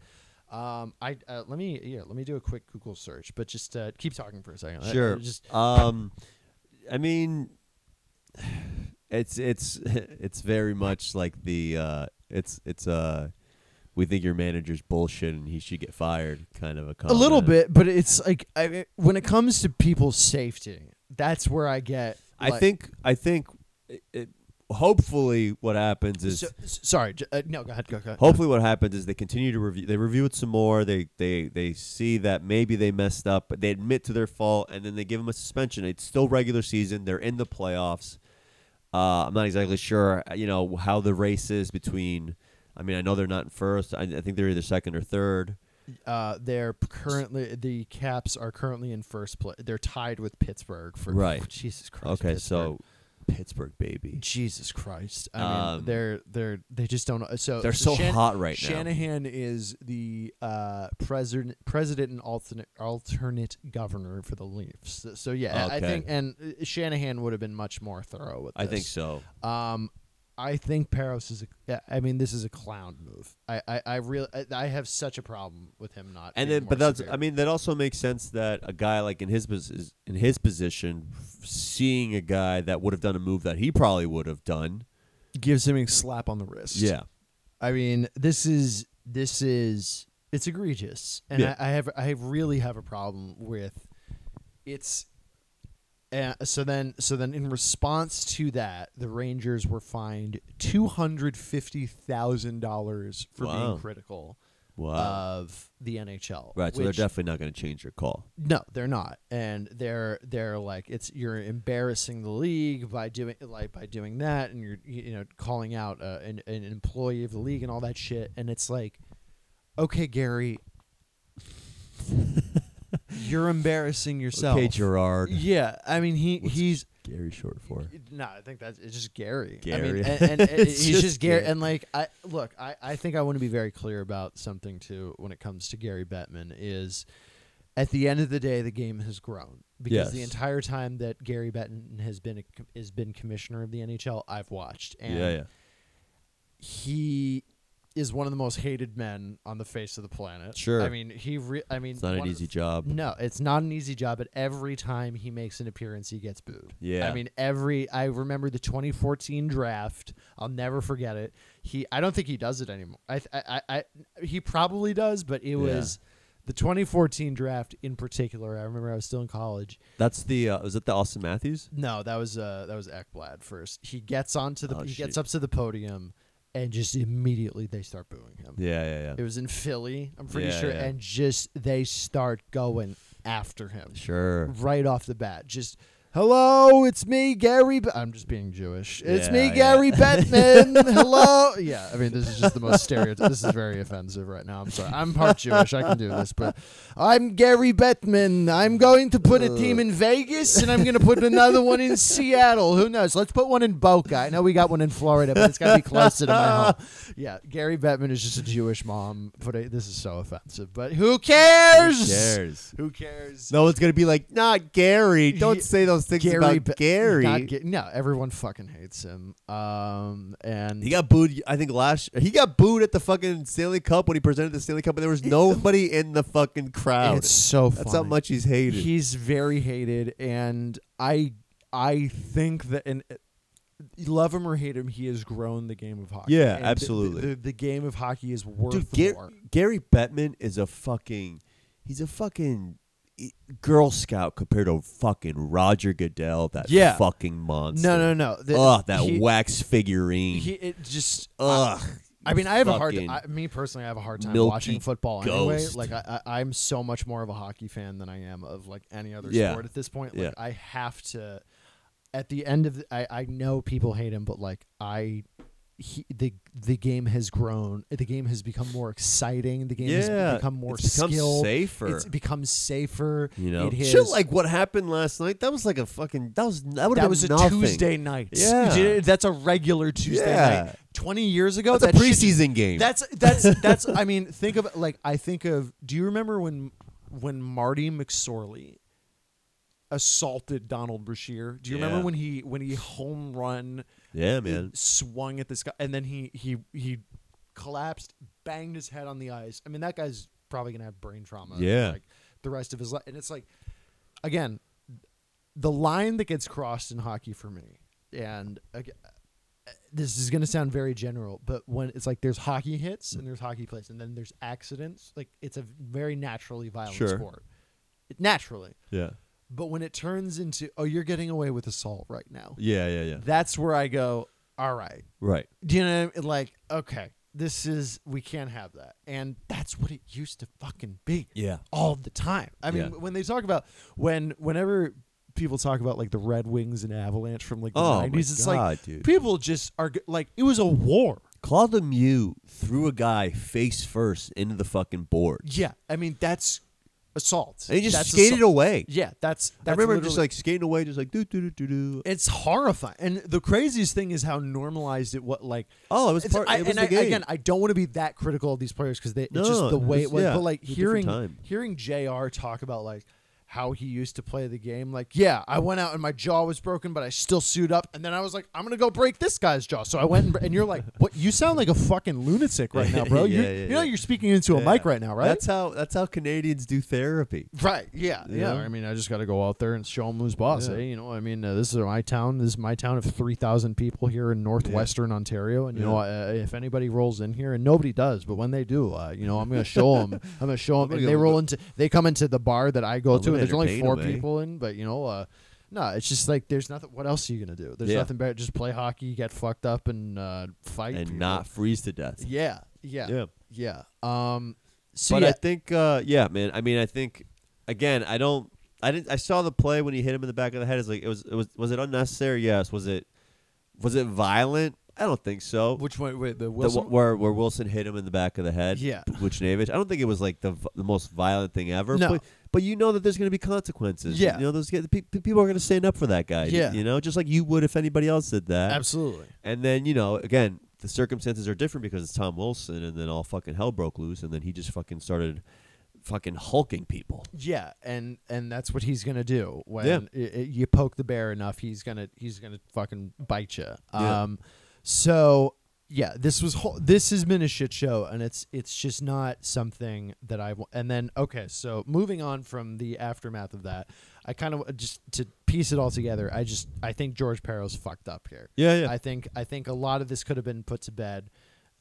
Speaker 1: Um, I uh, let me yeah let me do a quick Google search, but just uh, keep talking for a second. I-
Speaker 2: Sure.
Speaker 1: I just
Speaker 2: um, I mean, it's it's it's very much like the uh, it's it's uh, we think your manager's bullshit and he should get fired kind of a
Speaker 1: a
Speaker 2: comment.
Speaker 1: little bit, but it's like I, when it comes to people's safety, that's where I get.
Speaker 2: I think I think it, it, hopefully what happens is
Speaker 1: sorry, uh, no, go ahead, go ahead.
Speaker 2: Hopefully, what happens is they continue to review. They review it some more. They they they see that maybe they messed up, but they admit to their fault, and then they give them a suspension. It's still regular season. They're in the playoffs. Uh, I'm not exactly sure, uh, you know, how the race is between. I mean, I know they're not in first. I, I think they're either second or third.
Speaker 1: Uh, they're p- currently the Caps are currently in first place. They're tied with Pittsburgh for
Speaker 2: Right.
Speaker 1: Jesus Christ.
Speaker 2: Okay,
Speaker 1: Pittsburgh.
Speaker 2: so Pittsburgh, baby.
Speaker 1: Jesus Christ. I
Speaker 2: Um,
Speaker 1: mean, they're they're they just don't. uh, So
Speaker 2: They're so
Speaker 1: Shan-
Speaker 2: hot right now.
Speaker 1: Shanahan is the uh, president, president and alternate alternate governor for the Leafs. So, so yeah, I- I
Speaker 2: Okay.
Speaker 1: think and uh, Shanahan would have been much more thorough with.
Speaker 2: I think
Speaker 1: this.
Speaker 2: so.
Speaker 1: Um, I think Paros is. A, uh, I mean, this is a clown move. I I I really I, I have such a problem with him not. being
Speaker 2: and then but
Speaker 1: more
Speaker 2: that's
Speaker 1: severe.
Speaker 2: i mean that also makes sense that a guy like in his posi- in his position f- seeing a guy that would have done a move that he probably would have done
Speaker 1: gives him a slap on the wrist. I mean, this is this is it's egregious, and
Speaker 2: Yeah.
Speaker 1: I, I have I really have a problem with it's. Uh, so then, so then, in response to that, the Rangers were fined two hundred fifty thousand dollars for
Speaker 2: Wow.
Speaker 1: being critical
Speaker 2: wow
Speaker 1: of the NHL.
Speaker 2: right so they're
Speaker 1: which-
Speaker 2: definitely not going to change your call
Speaker 1: no, they're not, and they're they're like it's you're embarrassing the league by doing like by doing that, and you're you know calling out uh, an an employee of the league and all that shit, and it's like, okay, Gary, you're embarrassing yourself.
Speaker 2: okay gerard
Speaker 1: Yeah, I mean he
Speaker 2: What's-
Speaker 1: he's
Speaker 2: gary short for
Speaker 1: no, I think that's it's just Gary. I
Speaker 2: Gary.
Speaker 1: mean, and, and, and
Speaker 2: It's
Speaker 1: he's
Speaker 2: just
Speaker 1: just, Gary.
Speaker 2: Gary.
Speaker 1: And like, I look, I, I think I want to be very clear about something too when it comes to Gary Bettman is, at the end of the day, the game has grown because the
Speaker 2: Yes.
Speaker 1: entire time that Gary Bettman has been a, com- has been commissioner of the NHL, I've watched, and
Speaker 2: yeah yeah
Speaker 1: he is one of the most hated men on the face of the planet.
Speaker 2: Sure.
Speaker 1: I mean, he. Re- I mean,
Speaker 2: it's not an
Speaker 1: one-
Speaker 2: easy job
Speaker 1: no, it's not an easy job, but every time he makes an appearance, he gets booed.
Speaker 2: Yeah.
Speaker 1: I mean, every I remember the 2014 draft. I'll never forget it. He, I don't think he does it anymore. I, th- I, I, I he probably does, but it was the 2014 draft in particular. I remember I was still in college.
Speaker 2: that's the uh, was it the austin matthews
Speaker 1: No, that was uh, that was Ekblad first. He gets onto the,
Speaker 2: Oh,
Speaker 1: he gets
Speaker 2: shoot.
Speaker 1: up to the podium, and just immediately they start booing him.
Speaker 2: yeah yeah
Speaker 1: It
Speaker 2: yeah
Speaker 1: was in Philly, I'm pretty
Speaker 2: Yeah,
Speaker 1: sure,
Speaker 2: yeah.
Speaker 1: and just they start going after him
Speaker 2: sure
Speaker 1: right off the bat. Just hello, it's me, Gary. Be-" I'm just being Jewish. It's me,
Speaker 2: Yeah,
Speaker 1: Gary
Speaker 2: yeah.
Speaker 1: Bettman. hello. Yeah, I mean, this is just the most stereotypical. this is very offensive right now. I'm sorry. I'm part Jewish. I can do this, but I'm Gary Bettman. I'm going to put a team in Vegas, and I'm going to put another one in Seattle. Who knows? Let's put one in Boca. I know we got one in Florida, but it's got to be closer to my home. Yeah, Gary Bettman is just a Jewish mom. But it, this is so offensive. But who cares?
Speaker 2: Who cares?
Speaker 1: Who cares?
Speaker 2: no one's gonna be like not gary don't
Speaker 1: Ye-
Speaker 2: say those things about
Speaker 1: Be-
Speaker 2: gary
Speaker 1: not Ga- no, everyone fucking hates him. Um, and
Speaker 2: He got booed. I think last he got booed at the fucking Stanley Cup when he presented the Stanley Cup, and there was nobody in the fucking crowd.
Speaker 1: it's so funny.
Speaker 2: That's how much he's hated.
Speaker 1: He's very hated, and I, I think that and. uh, Love him or hate him, he has grown the game of hockey.
Speaker 2: Yeah,
Speaker 1: And
Speaker 2: absolutely.
Speaker 1: The, the, the game of hockey is worth
Speaker 2: Dude,
Speaker 1: more.
Speaker 2: Gar- Gary Bettman is a fucking. He's a fucking e- Girl Scout compared to fucking Roger Goodell. That
Speaker 1: Yeah.
Speaker 2: fucking monster.
Speaker 1: No, no, no. The-
Speaker 2: Ugh, that
Speaker 1: he,
Speaker 2: wax figurine.
Speaker 1: He it just.
Speaker 2: Ugh.
Speaker 1: I mean, I have a hard.
Speaker 2: fucking-
Speaker 1: I, me personally, I have a hard time
Speaker 2: milky
Speaker 1: watching football anyway.
Speaker 2: ghost.
Speaker 1: Like I, I, I'm so much more of a hockey fan than I am of like any other
Speaker 2: Yeah.
Speaker 1: sport at this point. Like
Speaker 2: Yeah.
Speaker 1: I have to. At the end of, the, I I know people hate him, but like I, he, the the game has grown. The game has become more exciting. The game
Speaker 2: Yeah,
Speaker 1: has become more
Speaker 2: it's become
Speaker 1: skilled.
Speaker 2: safer.
Speaker 1: It's become safer.
Speaker 2: you know,
Speaker 1: it has,
Speaker 2: shit like what happened last night. That was like a fucking. That was that would have
Speaker 1: that
Speaker 2: been
Speaker 1: was a
Speaker 2: nothing.
Speaker 1: Tuesday night.
Speaker 2: Yeah.
Speaker 1: You know, that's a regular Tuesday
Speaker 2: Yeah.
Speaker 1: night. Twenty years ago,
Speaker 2: That's a
Speaker 1: Oh, that shit-
Speaker 2: preseason game.
Speaker 1: That's that's that's. I mean, think of like I think of. Do you remember when when Marty McSorley assaulted Donald Brashear? Do you
Speaker 2: Yeah.
Speaker 1: remember when he when he home run
Speaker 2: yeah, man.
Speaker 1: swung at this guy and then he he he collapsed, banged his head on the ice. I mean, that guy's probably gonna have brain trauma.
Speaker 2: Yeah.
Speaker 1: like the rest of his life. And it's like, again, the line that gets crossed in hockey for me, and ag- this is gonna sound very general, but when it's like there's hockey hits and there's hockey plays and then there's accidents, like it's a very naturally violent
Speaker 2: Sure.
Speaker 1: sport. It, naturally.
Speaker 2: Yeah,
Speaker 1: But when it turns into oh you're getting away with assault right now,
Speaker 2: yeah, yeah, yeah.
Speaker 1: that's where I go. All right,
Speaker 2: Right.
Speaker 1: do you know? Like, okay, this is we can't have that, and that's what it used to fucking be.
Speaker 2: Yeah.
Speaker 1: all the time. I mean,
Speaker 2: Yeah.
Speaker 1: when they talk about when whenever people talk about like the Red Wings and Avalanche from like the
Speaker 2: Oh my
Speaker 1: nineties, it's
Speaker 2: God,
Speaker 1: like
Speaker 2: dude.
Speaker 1: people just are g- like it was a war.
Speaker 2: Claude Lemieux threw a guy face first into the fucking board.
Speaker 1: Yeah, I mean that's assault.
Speaker 2: And he just
Speaker 1: That's
Speaker 2: skated
Speaker 1: assault.
Speaker 2: away.
Speaker 1: Yeah, that's. that's
Speaker 2: I remember him
Speaker 1: literally-
Speaker 2: just like skating away, just like do do do do do.
Speaker 1: It's horrifying, and the craziest thing is how normalized it. What like
Speaker 2: Oh, it was
Speaker 1: It's-
Speaker 2: part.
Speaker 1: I,
Speaker 2: it
Speaker 1: and
Speaker 2: was the
Speaker 1: I,
Speaker 2: game.
Speaker 1: again, I don't want to be that critical of these players because they it's
Speaker 2: No,
Speaker 1: just the way
Speaker 2: it's-
Speaker 1: it was.
Speaker 2: yeah,
Speaker 1: but like
Speaker 2: it's a different
Speaker 1: hearing hearing
Speaker 2: time.
Speaker 1: Jr. talk about like how he used to play the game, like yeah, I went out and my jaw was broken, but I still sued up, and then I was like, I'm gonna go break this guy's jaw. So I went, and, br- and you're like, what? You sound like a fucking lunatic right now, bro. you
Speaker 2: Yeah, yeah,
Speaker 1: you
Speaker 2: yeah.
Speaker 1: know you're speaking into a mic
Speaker 2: Yeah.
Speaker 1: right now, right?
Speaker 2: That's how. That's how Canadians do therapy.
Speaker 1: Right. Yeah. Yeah.
Speaker 2: know?
Speaker 1: I mean, I just got to go out there and show them who's boss.
Speaker 2: Yeah.
Speaker 1: eh? you know, I mean, uh, this is my town. This is my town of three thousand people here in northwestern Ontario. And you know, uh, if anybody rolls in here, and nobody does, but when they do, uh, you know, I'm gonna show them. I'm gonna show them.
Speaker 2: gonna
Speaker 1: And they
Speaker 2: go-
Speaker 1: roll into. They come into the bar that I go
Speaker 2: I'm
Speaker 1: to. And
Speaker 2: gonna
Speaker 1: there's only
Speaker 2: entertain
Speaker 1: four
Speaker 2: 'em, eh?
Speaker 1: people in, but you know, uh, no, it's just like there's nothing. What else are you gonna do? There's
Speaker 2: Yeah.
Speaker 1: nothing better. Just play hockey, get fucked up, and uh, fight
Speaker 2: and
Speaker 1: people.
Speaker 2: not freeze to death.
Speaker 1: Yeah. Yeah. Yeah. Um. So
Speaker 2: but
Speaker 1: yeah,
Speaker 2: I think, uh, yeah, man. I mean, I think again, I don't. I didn't. I saw the play when he hit him in the back of the head. It's like it was. It was. Was it unnecessary? Yes. Was it? Was it violent? I don't think so.
Speaker 1: which one? Wait, the
Speaker 2: The,
Speaker 1: Wilson.
Speaker 2: one- where where Wilson hit him in the back of the head.
Speaker 1: Yeah.
Speaker 2: Buchnevich. I don't think it was like the v- the most violent thing ever.
Speaker 1: No.
Speaker 2: But, but you know that there's going to be consequences.
Speaker 1: Yeah.
Speaker 2: You know those get- pe- pe- people are going to stand up for that guy.
Speaker 1: Yeah.
Speaker 2: You know, just like you would if anybody else did that.
Speaker 1: Absolutely.
Speaker 2: And then, you know, again, the circumstances are different because it's Tom Wilson and then all fucking hell broke loose and then he just fucking started fucking hulking people.
Speaker 1: Yeah, and and that's what he's gonna do when
Speaker 2: Yeah.
Speaker 1: i- i- you poke the bear enough. He's gonna he's gonna fucking bite you.
Speaker 2: Yeah.
Speaker 1: Um, so yeah, this was whole, this has been a shit show, and it's it's just not something that I want. And then okay, so moving on from the aftermath of that, I kind of just to piece it all together. I just I think George Peros fucked up here.
Speaker 2: Yeah, yeah.
Speaker 1: I think I think a lot of this could have been put to bed.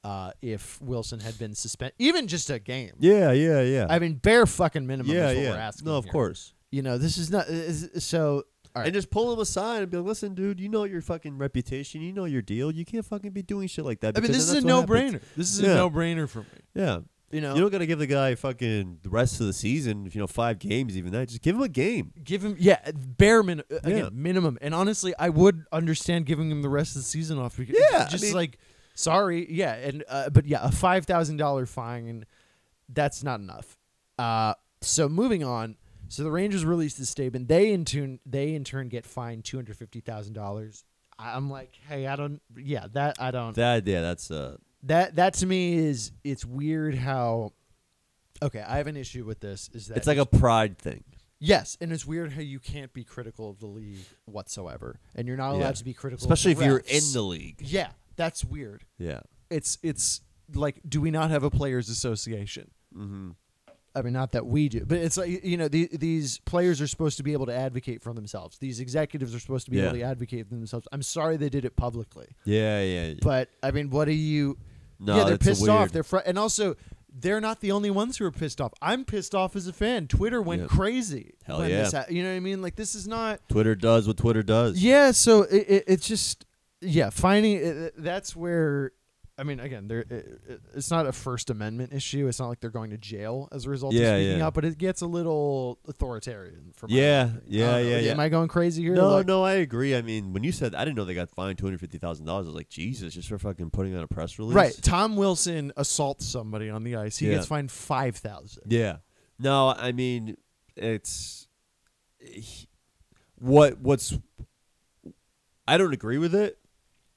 Speaker 1: Uh, if Wilson had been suspended, even just a game,
Speaker 2: yeah, yeah, yeah.
Speaker 1: I mean, bare fucking minimum
Speaker 2: yeah,
Speaker 1: is what
Speaker 2: yeah.
Speaker 1: we're asking.
Speaker 2: no, of
Speaker 1: here.
Speaker 2: course.
Speaker 1: You know, this is not is, so. All
Speaker 2: And
Speaker 1: right.
Speaker 2: just pull him aside and be like, listen, dude, you know your fucking reputation. You know your deal. You can't fucking be doing shit like that.
Speaker 1: I mean, this
Speaker 2: because
Speaker 1: is
Speaker 2: then
Speaker 1: a
Speaker 2: that's
Speaker 1: no
Speaker 2: what happens.
Speaker 1: brainer. This is
Speaker 2: Yeah.
Speaker 1: a no brainer for me.
Speaker 2: Yeah.
Speaker 1: You know,
Speaker 2: You don't got to give the guy fucking the rest of the season, you know, five games, even that. Just give him a game.
Speaker 1: give him yeah bare min uh, again,
Speaker 2: Yeah.
Speaker 1: minimum. And honestly, I would understand giving him the rest of the season off. Because
Speaker 2: Yeah, I
Speaker 1: just
Speaker 2: mean-
Speaker 1: like sorry, yeah, and uh, but yeah, a five thousand dollar fine, that's not enough. Uh, so moving on. So the Rangers released this statement. They in turn they in turn get fined two hundred fifty thousand dollars. I'm like, hey, I don't. Yeah, that I don't.
Speaker 2: That, yeah, that's, uh,
Speaker 1: that that to me is it's weird how okay i have an issue with this is that
Speaker 2: it's like a pride thing.
Speaker 1: yes and it's weird how you can't be critical of the league whatsoever and you're not allowed
Speaker 2: Yeah.
Speaker 1: to be critical
Speaker 2: Especially
Speaker 1: of
Speaker 2: if
Speaker 1: the
Speaker 2: you're
Speaker 1: refs.
Speaker 2: in the league.
Speaker 1: yeah that's weird
Speaker 2: Yeah.
Speaker 1: it's it's like do we not have a players association
Speaker 2: Mm-hmm.
Speaker 1: i mean not that we do but it's like you know the, these players are supposed to be able to advocate for themselves these executives are supposed to be able to
Speaker 2: Yeah.
Speaker 1: advocate for themselves i'm sorry they did it publicly
Speaker 2: Yeah, yeah, yeah.
Speaker 1: but I mean, what are you?
Speaker 2: No,
Speaker 1: yeah, they're
Speaker 2: that's a
Speaker 1: pissed
Speaker 2: weird-
Speaker 1: off. They're fr- and also they're not the only ones who are pissed off. I'm pissed off as a fan. Twitter went
Speaker 2: Yep.
Speaker 1: crazy.
Speaker 2: Hell
Speaker 1: when
Speaker 2: yeah.
Speaker 1: this hap- you know what I mean? Like this is not.
Speaker 2: Twitter does what Twitter does.
Speaker 1: Yeah, so it, it, it's just yeah finding it, that's where I mean, again, there it, it- it's not a First Amendment issue. It's not like they're going to jail as a result
Speaker 2: Yeah,
Speaker 1: of speaking
Speaker 2: yeah.
Speaker 1: up, but it gets a little authoritarian. For my
Speaker 2: Yeah,
Speaker 1: liking. I
Speaker 2: yeah,
Speaker 1: don't know.
Speaker 2: yeah, yeah.
Speaker 1: Am I going crazy here?
Speaker 2: No,
Speaker 1: Like,
Speaker 2: no, I agree. I mean, when you said I didn't know they got fined two hundred fifty thousand dollars, I was like, Jesus, just for fucking putting on a press release,
Speaker 1: Right. Tom Wilson assaults somebody on the ice. He
Speaker 2: Yeah.
Speaker 1: gets fined five thousand.
Speaker 2: Yeah. No, I mean, it's he- what what's. I don't agree with it,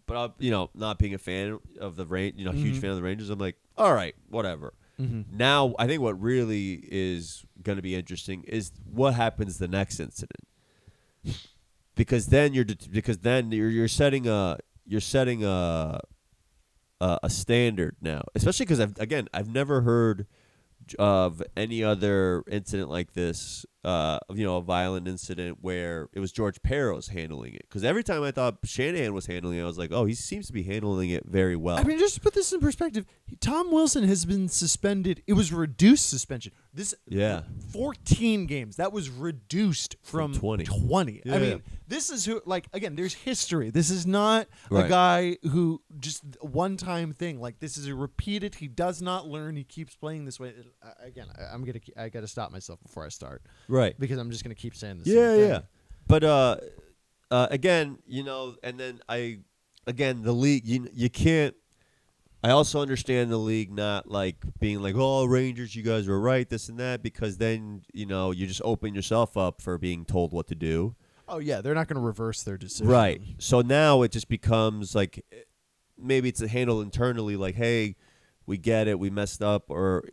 Speaker 2: but I, you know, not being a fan of the range, you know, huge
Speaker 1: Mhm.
Speaker 2: fan of the Rangers, I'm like, all right, whatever. Now, I think what really is going to be interesting is what happens the next incident, because then you're det- because then you're you're setting a you're setting a a, a standard now, especially because I've again I've never heard j- of any other incident like this, uh, of, you know, a violent incident where it was George Peros handling it. Because every time I thought Shanahan was handling it, I was like, oh, he seems to be handling it very well.
Speaker 1: I mean, just to put this in perspective, Tom Wilson has been suspended. It was reduced suspension. This
Speaker 2: Yeah.
Speaker 1: fourteen games. That was reduced
Speaker 2: From
Speaker 1: from,
Speaker 2: 20. Yeah.
Speaker 1: I mean, this is who like again. There's history. This is not
Speaker 2: Right.
Speaker 1: a guy who just one time thing. Like this is a repeated. He does not learn. He keeps playing this way. Uh, again, I, I'm gonna. ke- I gotta stop myself before I start
Speaker 2: right.
Speaker 1: because I'm just gonna keep saying this.
Speaker 2: Yeah, yeah. But uh, uh, again, you know, and then I, again, the league, you you can't. I also understand the league not like being like, oh, Rangers, you guys were right, this and that, because then you know you just open yourself up for being told what to do.
Speaker 1: Oh yeah, they're not gonna reverse their decision.
Speaker 2: Right. So now it just becomes like maybe it's handled internally like, hey, we get it, we messed up or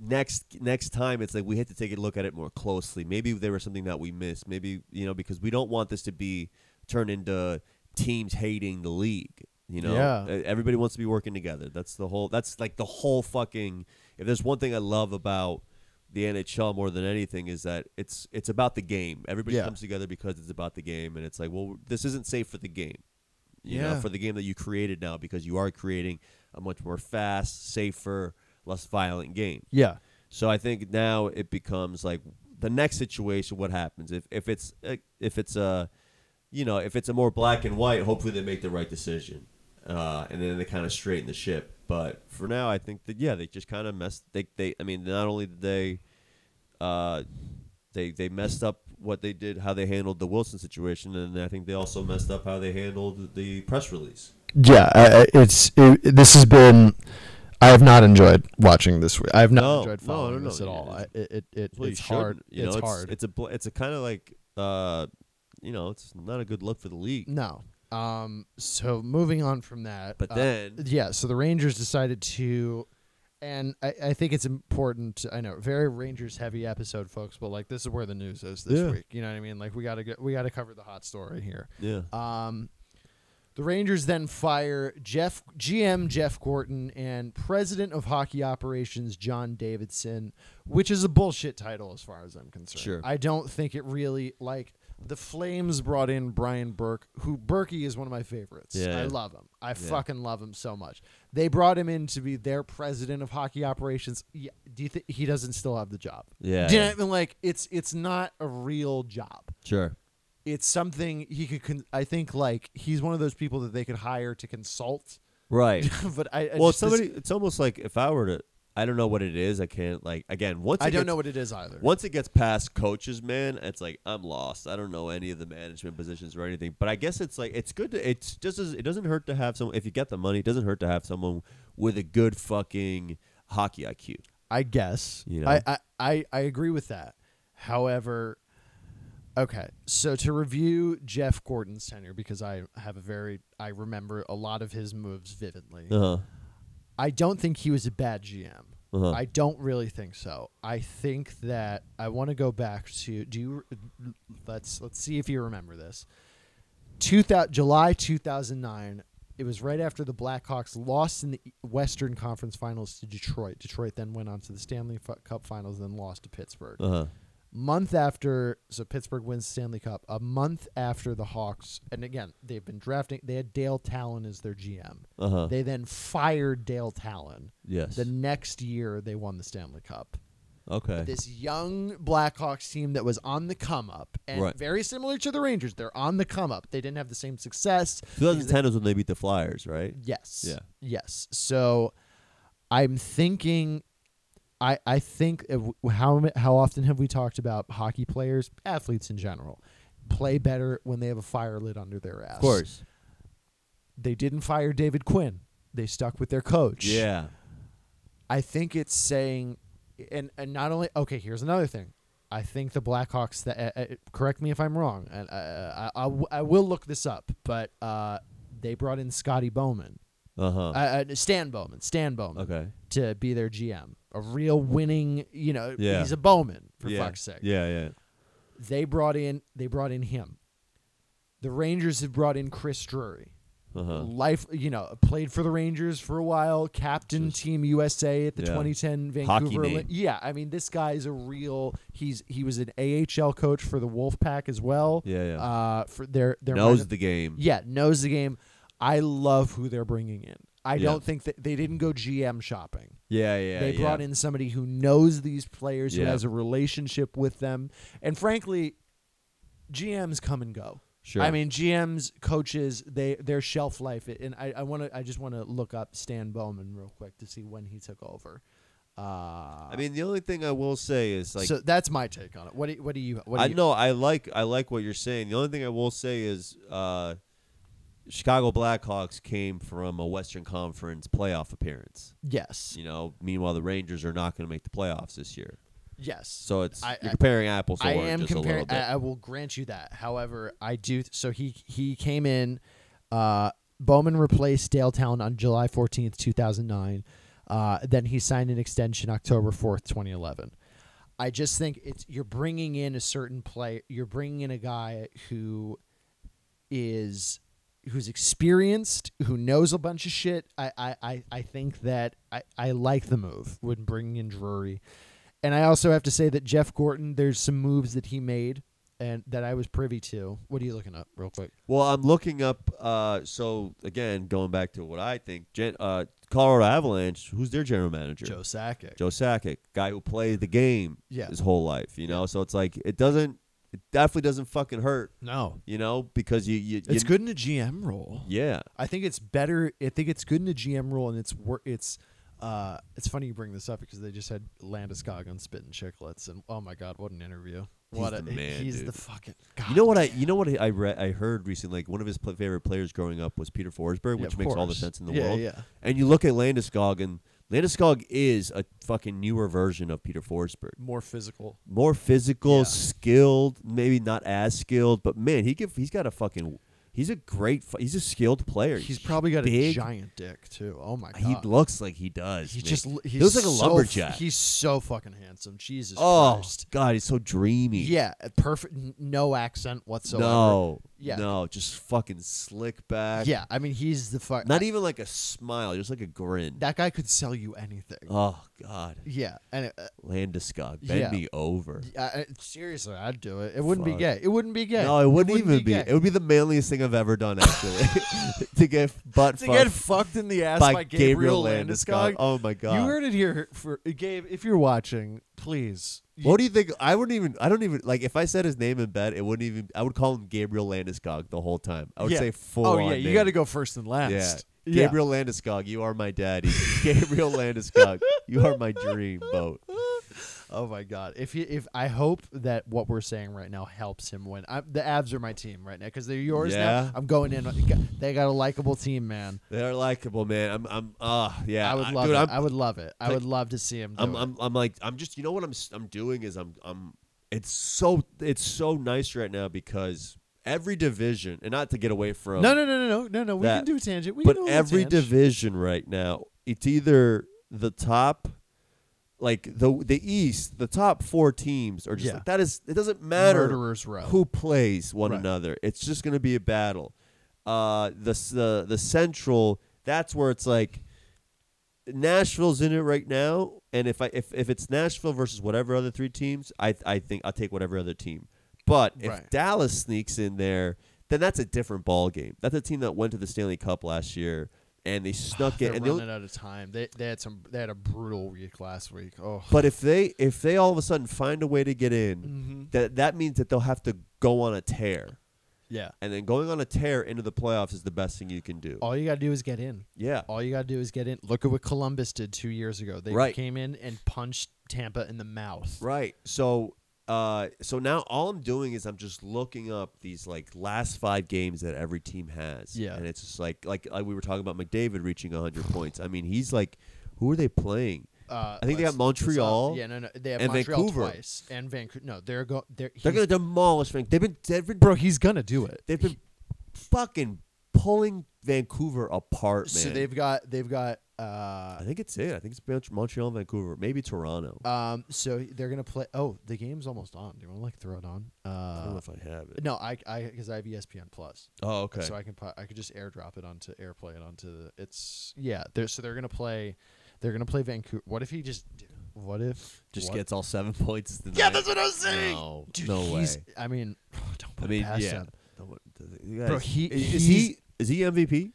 Speaker 2: next next time it's like we had to take a look at it more closely. Maybe there was something that we missed. Maybe, you know, because we don't want this to be turned into teams hating the league, you know.
Speaker 1: Yeah.
Speaker 2: Uh, Everybody wants to be working together. That's the whole that's like the whole fucking if there's one thing I love about the NHL more than anything is that it's it's about the game. Everybody
Speaker 1: Yeah.
Speaker 2: comes together because it's about the game and it's like well this isn't safe for the game you know
Speaker 1: Yeah.
Speaker 2: for the game that you created now because you are creating a much more fast safer less violent game
Speaker 1: Yeah.
Speaker 2: so i think now it becomes like the next situation what happens if if it's a, if it's a you know if it's a more black and white hopefully they make the right decision uh, and then they kind of straighten the ship but for now i think that yeah they just kind of messed they they i mean not only did they uh, they they messed up what they did, how they handled the Wilson situation, and I think they also messed up how they handled the press release.
Speaker 1: Yeah, I- I- it's it, this has been. I have not enjoyed watching this. I have not
Speaker 2: No,
Speaker 1: enjoyed
Speaker 2: no,
Speaker 1: following
Speaker 2: no, no,
Speaker 1: this at all. I,
Speaker 2: it-
Speaker 1: it, it, it,
Speaker 2: Well, you
Speaker 1: it's hard.
Speaker 2: shouldn't, You know,
Speaker 1: it's,
Speaker 2: it's,
Speaker 1: hard.
Speaker 2: It's a bl- it's a kind of like uh, you know, it's not a good look for the league.
Speaker 1: no. Um. So moving on from that,
Speaker 2: But
Speaker 1: uh,
Speaker 2: then
Speaker 1: yeah. So the Rangers decided to, and I, I think it's important. I know very Rangers heavy episode, folks. But like this is where the news is this
Speaker 2: Yeah.
Speaker 1: week. You know what I mean? Like we gotta go, we gotta cover the hot story here.
Speaker 2: yeah,
Speaker 1: Um, the Rangers then fire Jeff GM Jeff Gorton and President of Hockey Operations John Davidson, which is a bullshit title as far as I'm concerned.
Speaker 2: Sure.
Speaker 1: I don't think it really like the Flames brought in Brian Burke, who Berkey is one of my favorites.
Speaker 2: Yeah.
Speaker 1: I love him. I fucking love him so much. They brought him in to be their president of hockey operations. Yeah, do you think he doesn't still have the job?
Speaker 2: Yeah,
Speaker 1: Do you know
Speaker 2: yeah.
Speaker 1: what I mean? like it's it's not a real job
Speaker 2: sure,
Speaker 1: it's something he could con- i think like he's one of those people that they could hire to consult
Speaker 2: right.
Speaker 1: but i, I
Speaker 2: well,
Speaker 1: just- this-
Speaker 2: somebody, it's almost like if I were to, I don't know what it is. I can't like again once
Speaker 1: i
Speaker 2: it
Speaker 1: don't
Speaker 2: gets-
Speaker 1: know what it is either
Speaker 2: Once it gets past coaches, man, it's like I'm lost. I don't know any of the management positions or anything. But I guess it's like it's good to it's just as, it doesn't hurt to have someone if you get the money, it doesn't hurt to have someone with a good fucking hockey IQ.
Speaker 1: i guess
Speaker 2: You know?
Speaker 1: I, I i i agree with that however okay so to review jeff gordon's tenure because i have a very i remember a lot of his moves vividly
Speaker 2: Uh huh.
Speaker 1: I don't think he was a bad GM.
Speaker 2: Uh-huh.
Speaker 1: I don't really think so. I think that I want to go back to do you let's let's see if you remember this. 2000, July 2009, it was right after the Blackhawks lost in the E, Western Conference Finals to Detroit. Detroit then went on to the Stanley Fu- Cup Finals then lost to Pittsburgh.
Speaker 2: Uh huh.
Speaker 1: Month after so Pittsburgh wins Stanley Cup, a month after the Hawks and again, they've been drafting they had Dale Talon as their GM.
Speaker 2: Uh huh.
Speaker 1: They then fired Dale Talon.
Speaker 2: Yes.
Speaker 1: The next year, they won the Stanley Cup.
Speaker 2: Okay.
Speaker 1: This young Blackhawks team that was on the come up and
Speaker 2: Right.
Speaker 1: very similar to the Rangers, they're on the come up. They didn't have the same success.
Speaker 2: 2010 was when they beat the Flyers, right?
Speaker 1: Yes.
Speaker 2: Yeah.
Speaker 1: Yes. So I'm thinking I I think of how m- how often have we talked about hockey players, athletes in general, play better when they have a fire lit under their ass.
Speaker 2: Of course.
Speaker 1: They didn't fire David Quinn. They stuck with their coach.
Speaker 2: Yeah.
Speaker 1: I think it's saying and and not only okay, here's another thing. I think the Blackhawks that uh, uh, correct me if I'm wrong and uh, I, I w- I will look this up, but uh, they brought in Scotty Bowman.
Speaker 2: Uh huh.
Speaker 1: Uh, uh, Stan Bowman, Stan Bowman
Speaker 2: Okay.
Speaker 1: to be their GM. A real winning, you know,
Speaker 2: Yeah.
Speaker 1: he's a Bowman for
Speaker 2: yeah.
Speaker 1: fuck's sake.
Speaker 2: Yeah, yeah.
Speaker 1: They brought in they brought in him. The Rangers have brought in Chris Drury.
Speaker 2: Uh huh.
Speaker 1: Life, you know, played for the Rangers for a while, captain team USA at the
Speaker 2: Yeah.
Speaker 1: 2010
Speaker 2: Hockey
Speaker 1: Vancouver. Oli-
Speaker 2: name.
Speaker 1: yeah, I mean, this guy's a real. He's he was an AHL coach for the Wolfpack as well.
Speaker 2: Yeah, yeah.
Speaker 1: Uh, for their their minor-
Speaker 2: Knows the game.
Speaker 1: yeah, knows the game. I love who they're bringing in. I
Speaker 2: Yeah.
Speaker 1: don't think that they didn't go GM shopping.
Speaker 2: Yeah, yeah.
Speaker 1: they
Speaker 2: yeah.
Speaker 1: brought in somebody who knows these players, who
Speaker 2: Yeah.
Speaker 1: has a relationship with them, and frankly, GMs come and go.
Speaker 2: Sure.
Speaker 1: I mean, GMs, coaches, they their shelf life, and I, I want to, I just want to look up Stan Bowman real quick to see when he took over. Uh,
Speaker 2: I mean, the only thing I will say is like
Speaker 1: so that's my take on it. What do, you- what do you? What do
Speaker 2: I
Speaker 1: you,
Speaker 2: know I like I like what you're saying. The only thing I will say is uh, Chicago Blackhawks came from a Western Conference playoff appearance.
Speaker 1: Yes,
Speaker 2: You know, meanwhile the Rangers are not going to make the playoffs this year.
Speaker 1: yes.
Speaker 2: So it's
Speaker 1: I- I-
Speaker 2: you're comparing apples to
Speaker 1: I
Speaker 2: oranges
Speaker 1: am
Speaker 2: a little
Speaker 1: comparing.
Speaker 2: bit.
Speaker 1: I, I will grant you that. However, I do. So he he came in. Uh, Bowman replaced Daletown on July fourteenth, two thousand nine. Uh, then he signed an extension October fourth, twenty eleven. I just think it's you're bringing in a certain play. You're bringing in a guy who is who's experienced, who knows a bunch of shit. I I, I, I think that I, I like the move when bringing in Drury. And I also have to say that Jeff Gorton, there's some moves that he made and that I was privy to. What are you looking up real quick?
Speaker 2: Well, I'm looking up. Uh, so again, going back to what I think, gen- uh, Colorado Avalanche. Who's their general manager?
Speaker 1: Joe Sakic.
Speaker 2: Joe Sakic, guy who played the game
Speaker 1: Yeah.
Speaker 2: his whole life. You know, so it's like it doesn't. It definitely doesn't fucking hurt.
Speaker 1: No.
Speaker 2: You know, because you. you
Speaker 1: It's
Speaker 2: you-
Speaker 1: good in a GM role.
Speaker 2: Yeah.
Speaker 1: I think it's better. I think it's good in a GM role, and it's wor- it's. Uh, it's funny you bring this up because they just had Landeskog on Spit and Chicklets, and oh my god, what an interview!
Speaker 2: He's
Speaker 1: What
Speaker 2: the
Speaker 1: a
Speaker 2: man,
Speaker 1: he's
Speaker 2: dude.
Speaker 1: the fucking. God.
Speaker 2: You know what I? You know what I read? I heard recently. Like one of his pl- favorite players growing up was Peter Forsberg,
Speaker 1: Yeah,
Speaker 2: which
Speaker 1: of
Speaker 2: makes all the
Speaker 1: course.
Speaker 2: sense in the
Speaker 1: Yeah,
Speaker 2: world.
Speaker 1: yeah.
Speaker 2: And you look at Landeskog, and Landeskog is a fucking newer version of Peter Forsberg.
Speaker 1: More physical.
Speaker 2: more physical,
Speaker 1: Yeah.
Speaker 2: skilled, maybe not as skilled, but man, he give, he's got a fucking he's a great fu- he's a skilled player.
Speaker 1: He's probably got a
Speaker 2: big.
Speaker 1: giant dick too. Oh my god.
Speaker 2: He looks like he does.
Speaker 1: He
Speaker 2: man.
Speaker 1: just l- he's
Speaker 2: he looks like a
Speaker 1: so f-
Speaker 2: lumberjack.
Speaker 1: he's so fucking handsome. Jesus
Speaker 2: oh
Speaker 1: Christ.
Speaker 2: god, he's so dreamy.
Speaker 1: Yeah, perfect. n- No accent whatsoever.
Speaker 2: no,
Speaker 1: Yeah.
Speaker 2: no, just fucking slick back.
Speaker 1: Yeah, I mean he's the fuck.
Speaker 2: not even like a smile, just like a grin.
Speaker 1: that guy could sell you anything.
Speaker 2: oh god,
Speaker 1: yeah, and uh,
Speaker 2: Landeskog, bend
Speaker 1: Yeah.
Speaker 2: me over.
Speaker 1: I, I- seriously, I'd do it. It wouldn't
Speaker 2: Fuck.
Speaker 1: be gay. It wouldn't be gay.
Speaker 2: No, it wouldn't, even be.
Speaker 1: gay.
Speaker 2: It would be the manliest thing I've ever done, actually, to get butt
Speaker 1: to
Speaker 2: fucked
Speaker 1: get fucked in the ass by,
Speaker 2: by, Gabriel Landeskog. Oh my god!
Speaker 1: You heard it here for Gabe. If you're watching, please.
Speaker 2: What do you think? I wouldn't even. I don't even like if I said his name in bed. It wouldn't even. I would call him Gabriel Landeskog the whole time. I would
Speaker 1: Yeah.
Speaker 2: say full.
Speaker 1: Oh
Speaker 2: on
Speaker 1: yeah, you
Speaker 2: name.
Speaker 1: got to go first and last.
Speaker 2: Yeah.
Speaker 1: Yeah.
Speaker 2: Gabriel Landeskog, you are my daddy. Gabriel Landeskog, you are my dream boat.
Speaker 1: Oh my god! If you, if I hope that what we're saying right now helps him win. I, the abs are my team right now because they're yours
Speaker 2: Yeah.
Speaker 1: now. I'm going in. They got a likable team, man.
Speaker 2: They're likable, man. I'm. I'm. Ah, yeah.
Speaker 1: I would love
Speaker 2: dude,
Speaker 1: it.
Speaker 2: I'm,
Speaker 1: I would love it. I
Speaker 2: like,
Speaker 1: would love to see him. Do
Speaker 2: I'm,
Speaker 1: it.
Speaker 2: I'm, I'm like I'm just you know what I'm s- I'm doing is I'm I'm it's so it's so nice right now because every division and not to get away from
Speaker 1: no, no, no, no, no, no, no. We
Speaker 2: that-
Speaker 1: can do a tangent. We
Speaker 2: but
Speaker 1: can do a little
Speaker 2: every
Speaker 1: tang.
Speaker 2: division right now it's either the top like the the east the top 4 teams are just
Speaker 1: Yeah.
Speaker 2: like that is it doesn't matter
Speaker 1: murderers row.
Speaker 2: who plays one
Speaker 1: Right.
Speaker 2: another. It's just going to be a battle. Uh, the s- the the central. That's where it's like Nashville's in it right now, and if I if, if it's Nashville versus whatever other three teams, I I think I'll take whatever other team. But if
Speaker 1: Right.
Speaker 2: Dallas sneaks in there, then that's a different ball game. That's a team that went to the Stanley Cup last year. and they snuck
Speaker 1: They're
Speaker 2: it. And the only-
Speaker 1: running out of time. They, they had some. They had a brutal week last week. Oh,
Speaker 2: but if they if they all of a sudden find a way to get in,
Speaker 1: Mhm.
Speaker 2: that that means that they'll have to go on a tear.
Speaker 1: yeah.
Speaker 2: And then going on a tear into the playoffs is the best thing you can do.
Speaker 1: All you gotta do is get in.
Speaker 2: yeah.
Speaker 1: All you gotta do is get in. Look at what Columbus did two years ago. They
Speaker 2: Right.
Speaker 1: came in and punched Tampa in the mouth.
Speaker 2: Right. So uh so now all I'm doing is I'm just looking up these like last five games that every team has.
Speaker 1: Yeah.
Speaker 2: And it's just like like, like we were talking about McDavid reaching 100 points. I mean, he's like who are they playing?
Speaker 1: Uh,
Speaker 2: I think they
Speaker 1: let's-
Speaker 2: got Montreal
Speaker 1: Yeah, no, no, they have
Speaker 2: and
Speaker 1: Montreal
Speaker 2: Vancouver.
Speaker 1: twice and Vancouver. No, they're go. They're,
Speaker 2: They're going
Speaker 1: he's-
Speaker 2: to demolish Vancouver. They've been they've been,
Speaker 1: bro. He's gonna do it.
Speaker 2: they've been fucking pulling Vancouver apart, man.
Speaker 1: So they've got they've got uh
Speaker 2: I think it's it. I think it's Mont- Montreal and Vancouver, maybe Toronto.
Speaker 1: um so they're gonna play. Oh, the game's almost on. Do you want to like throw it on?
Speaker 2: I don't know
Speaker 1: Uh,
Speaker 2: if I have it.
Speaker 1: no, I I because I have E ESPN Plus,
Speaker 2: Oh, okay.
Speaker 1: so I can pu- I could just airdrop it onto AirPlay it onto the. It's yeah. They're so they're gonna play. They're gonna play Vancouver. What if he just? What if
Speaker 2: Just
Speaker 1: what-
Speaker 2: gets all seven points. Tonight.
Speaker 1: Yeah, that's what I was saying.
Speaker 2: No,
Speaker 1: Dude,
Speaker 2: no way.
Speaker 1: he's, I mean, don't put
Speaker 2: I
Speaker 1: it
Speaker 2: mean,
Speaker 1: past
Speaker 2: yeah.
Speaker 1: him.
Speaker 2: No one- does it-
Speaker 1: Bro,
Speaker 2: guys,
Speaker 1: he-
Speaker 2: i- is,
Speaker 1: he's-
Speaker 2: he is he MVP?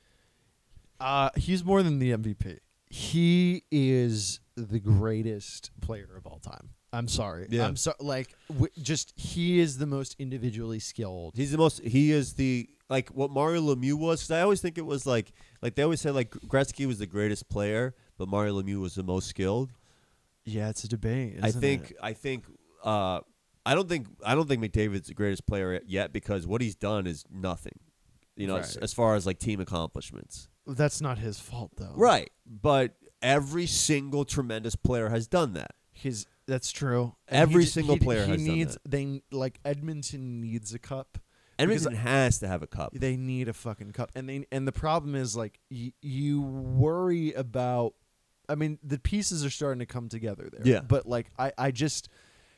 Speaker 1: Uh, he's more than the MVP. He is the greatest player of all time. I'm sorry.
Speaker 2: Yeah.
Speaker 1: I'm so like w- just he is the most individually skilled.
Speaker 2: He's the most. He is the like what Mario Lemieux was. Because I always think it was like like they always said like Gretzky was the greatest player, but Mario Lemieux was the most skilled.
Speaker 1: Yeah, it's a debate.
Speaker 2: I think I think uh, I don't think I don't think McDavid's the greatest player yet because what he's done is nothing. You know, as,
Speaker 1: Right.
Speaker 2: as far as like team accomplishments.
Speaker 1: that's not his fault though.
Speaker 2: Right. But every single tremendous player has done that.
Speaker 1: His that's true.
Speaker 2: Every
Speaker 1: ju-
Speaker 2: single player
Speaker 1: he
Speaker 2: has done
Speaker 1: needs they like Edmonton needs a cup. Because-
Speaker 2: Edmonton has to have a cup.
Speaker 1: They need a fucking cup. And they and the problem is like y- you worry about I mean, the pieces are starting to come together there.
Speaker 2: Yeah.
Speaker 1: But like I I just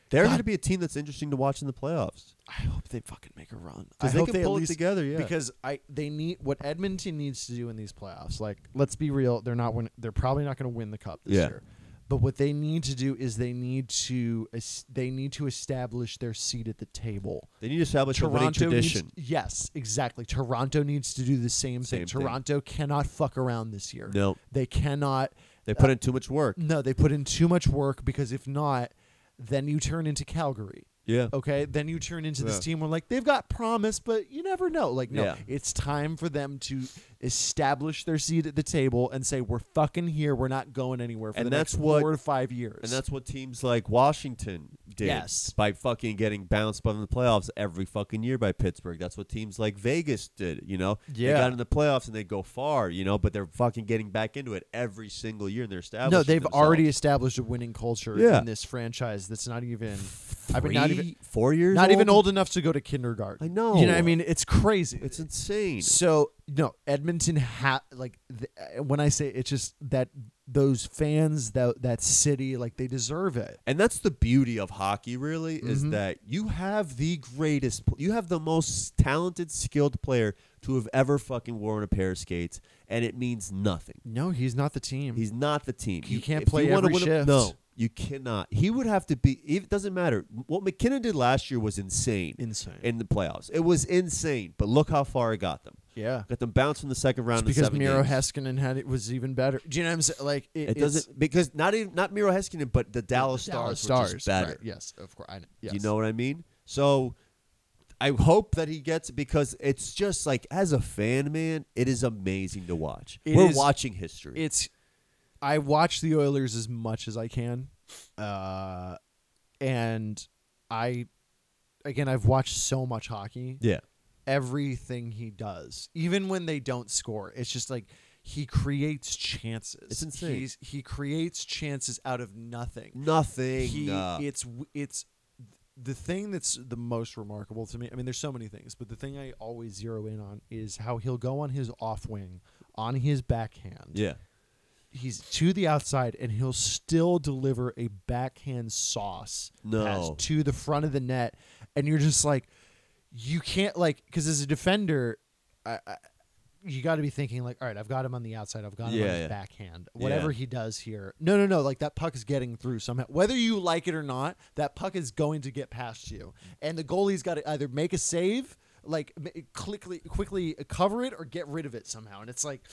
Speaker 2: They're
Speaker 1: God.
Speaker 2: going to be a team that's interesting to watch in the playoffs
Speaker 1: I hope they fucking make a run. I
Speaker 2: because they
Speaker 1: hope
Speaker 2: can
Speaker 1: they at
Speaker 2: pull it
Speaker 1: least-
Speaker 2: together. Yeah,
Speaker 1: Because I they need what Edmonton needs to do in these playoffs. Like, let's be real, they're not win. They're probably not going to win the cup this
Speaker 2: Yeah.
Speaker 1: year. But what they need to do is they need to es- they need to establish their seat at the table.
Speaker 2: they need to establish a winning
Speaker 1: Toronto needs-
Speaker 2: tradition.
Speaker 1: yes, exactly. Toronto needs to do the same,
Speaker 2: Same
Speaker 1: thing.
Speaker 2: thing.
Speaker 1: Toronto cannot fuck around this year.
Speaker 2: no,
Speaker 1: They cannot. uh,
Speaker 2: they put in too much work.
Speaker 1: No, they put in too much work because if not, then you turn into Calgary
Speaker 2: Yeah,
Speaker 1: okay then you turn into this
Speaker 2: Yeah.
Speaker 1: team where like they've got promise but you never know like no
Speaker 2: Yeah.
Speaker 1: it's time for them to establish their seat at the table and say we're fucking here we're not going anywhere for
Speaker 2: And
Speaker 1: the
Speaker 2: that's
Speaker 1: next
Speaker 2: what-
Speaker 1: four to five years
Speaker 2: and that's what teams like Washington did
Speaker 1: Yes.
Speaker 2: by fucking getting bounced by the playoffs every fucking year by Pittsburgh. That's what teams like Vegas did. You know,
Speaker 1: Yeah.
Speaker 2: they got in the playoffs and they go far. You know, but they're fucking getting back into it every single year and they're establishing.
Speaker 1: no they've
Speaker 2: themselves.
Speaker 1: already established a winning culture
Speaker 2: Yeah.
Speaker 1: in this franchise that's not even
Speaker 2: Three,
Speaker 1: I mean, not even-
Speaker 2: four years,
Speaker 1: not even old enough to go to kindergarten
Speaker 2: I know.
Speaker 1: you know what i mean it's crazy
Speaker 2: It's insane.
Speaker 1: So no, Edmonton ha like th- uh, when I say it's just that those fans that that city like they deserve it.
Speaker 2: And that's the beauty of hockey, really, is
Speaker 1: Mhm.
Speaker 2: that you have the greatest, pl- you have the most talented, skilled player to have ever fucking worn a pair of skates, and it means nothing.
Speaker 1: No, he's not the team.
Speaker 2: He's not the team.
Speaker 1: He
Speaker 2: You
Speaker 1: can't
Speaker 2: if you
Speaker 1: play
Speaker 2: wanna
Speaker 1: every
Speaker 2: win a-
Speaker 1: shift.
Speaker 2: No, you cannot. He would have to be. It doesn't matter. What McKinnon did last year was insane
Speaker 1: insane.
Speaker 2: in the playoffs. It was insane. But look how far it got them.
Speaker 1: yeah.
Speaker 2: Got them bounced from the second
Speaker 1: It's
Speaker 2: round. in
Speaker 1: because
Speaker 2: seven
Speaker 1: Miro
Speaker 2: games.
Speaker 1: Heskinen had it was even better. Do you know what I'm saying? Like it,
Speaker 2: It
Speaker 1: it's-
Speaker 2: doesn't because not even not Miro Heskinen, but the Dallas
Speaker 1: the
Speaker 2: Stars, were just
Speaker 1: right,
Speaker 2: better.
Speaker 1: Yes, of course. I know.
Speaker 2: You know what I mean? So I hope that he gets it because it's just like as a fan, man, it is amazing to watch.
Speaker 1: It
Speaker 2: We're
Speaker 1: is-
Speaker 2: watching history.
Speaker 1: it's. I watch the Oilers as much as I can, uh, and I, again, I've watched so much hockey.
Speaker 2: yeah.
Speaker 1: Everything he does, even when they don't score, it's just like he creates chances.
Speaker 2: It's insane. Mm-hmm.
Speaker 1: He's, he creates chances out of nothing.
Speaker 2: Nothing.
Speaker 1: he
Speaker 2: uh,
Speaker 1: it's w- it's the thing that's the most remarkable to me. I mean, there's so many things, but the thing I always zero in on is how he'll go on his off wing, on his backhand.
Speaker 2: yeah.
Speaker 1: He's to the outside, and he'll still deliver a backhand sauce pass
Speaker 2: No.
Speaker 1: to the front of the net, and you're just like, you can't like because as a defender, I, I, you got to be thinking like, all right, I've got him on the outside, I've got him on
Speaker 2: Yeah,
Speaker 1: his
Speaker 2: yeah.
Speaker 1: backhand.
Speaker 2: Yeah.
Speaker 1: Whatever he does here, no, no, no, like that puck is getting through somehow. Whether you like it or not, that puck is going to get past you, and the goalie's got to either make a save. Like m- quickly, quickly cover it or get rid of it somehow, and it's like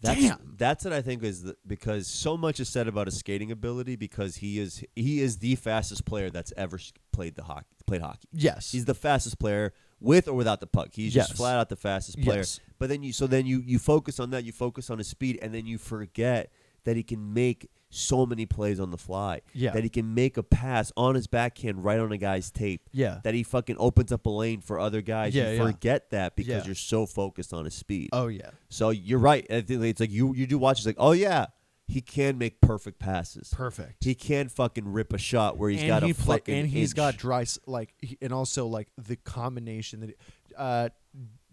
Speaker 2: That's,
Speaker 1: Damn.
Speaker 2: That's what I think is the, because so much is said about his skating ability because he is he is the fastest player that's ever s- played the hockey played hockey.
Speaker 1: Yes.
Speaker 2: He's the fastest player with or without the puck. He's
Speaker 1: Yes.
Speaker 2: just flat out the fastest player.
Speaker 1: Yes.
Speaker 2: But then you so then you you focus on that, you focus on his speed and then you forget that he can make so many plays on the fly.
Speaker 1: Yeah.
Speaker 2: That he can make a pass on his backhand right on a guy's tape.
Speaker 1: Yeah.
Speaker 2: That he fucking opens up a lane for other guys.
Speaker 1: Yeah,
Speaker 2: you
Speaker 1: yeah.
Speaker 2: forget that because
Speaker 1: Yeah.
Speaker 2: you're so focused on his speed.
Speaker 1: oh yeah.
Speaker 2: So you're right. I think It's like you you do watch. It's like oh yeah, he can make perfect passes.
Speaker 1: Perfect.
Speaker 2: He can fucking rip a shot where he's got
Speaker 1: he
Speaker 2: a
Speaker 1: play-
Speaker 2: fucking
Speaker 1: and he's
Speaker 2: inch.
Speaker 1: got dry s- like he- and also like the combination that uh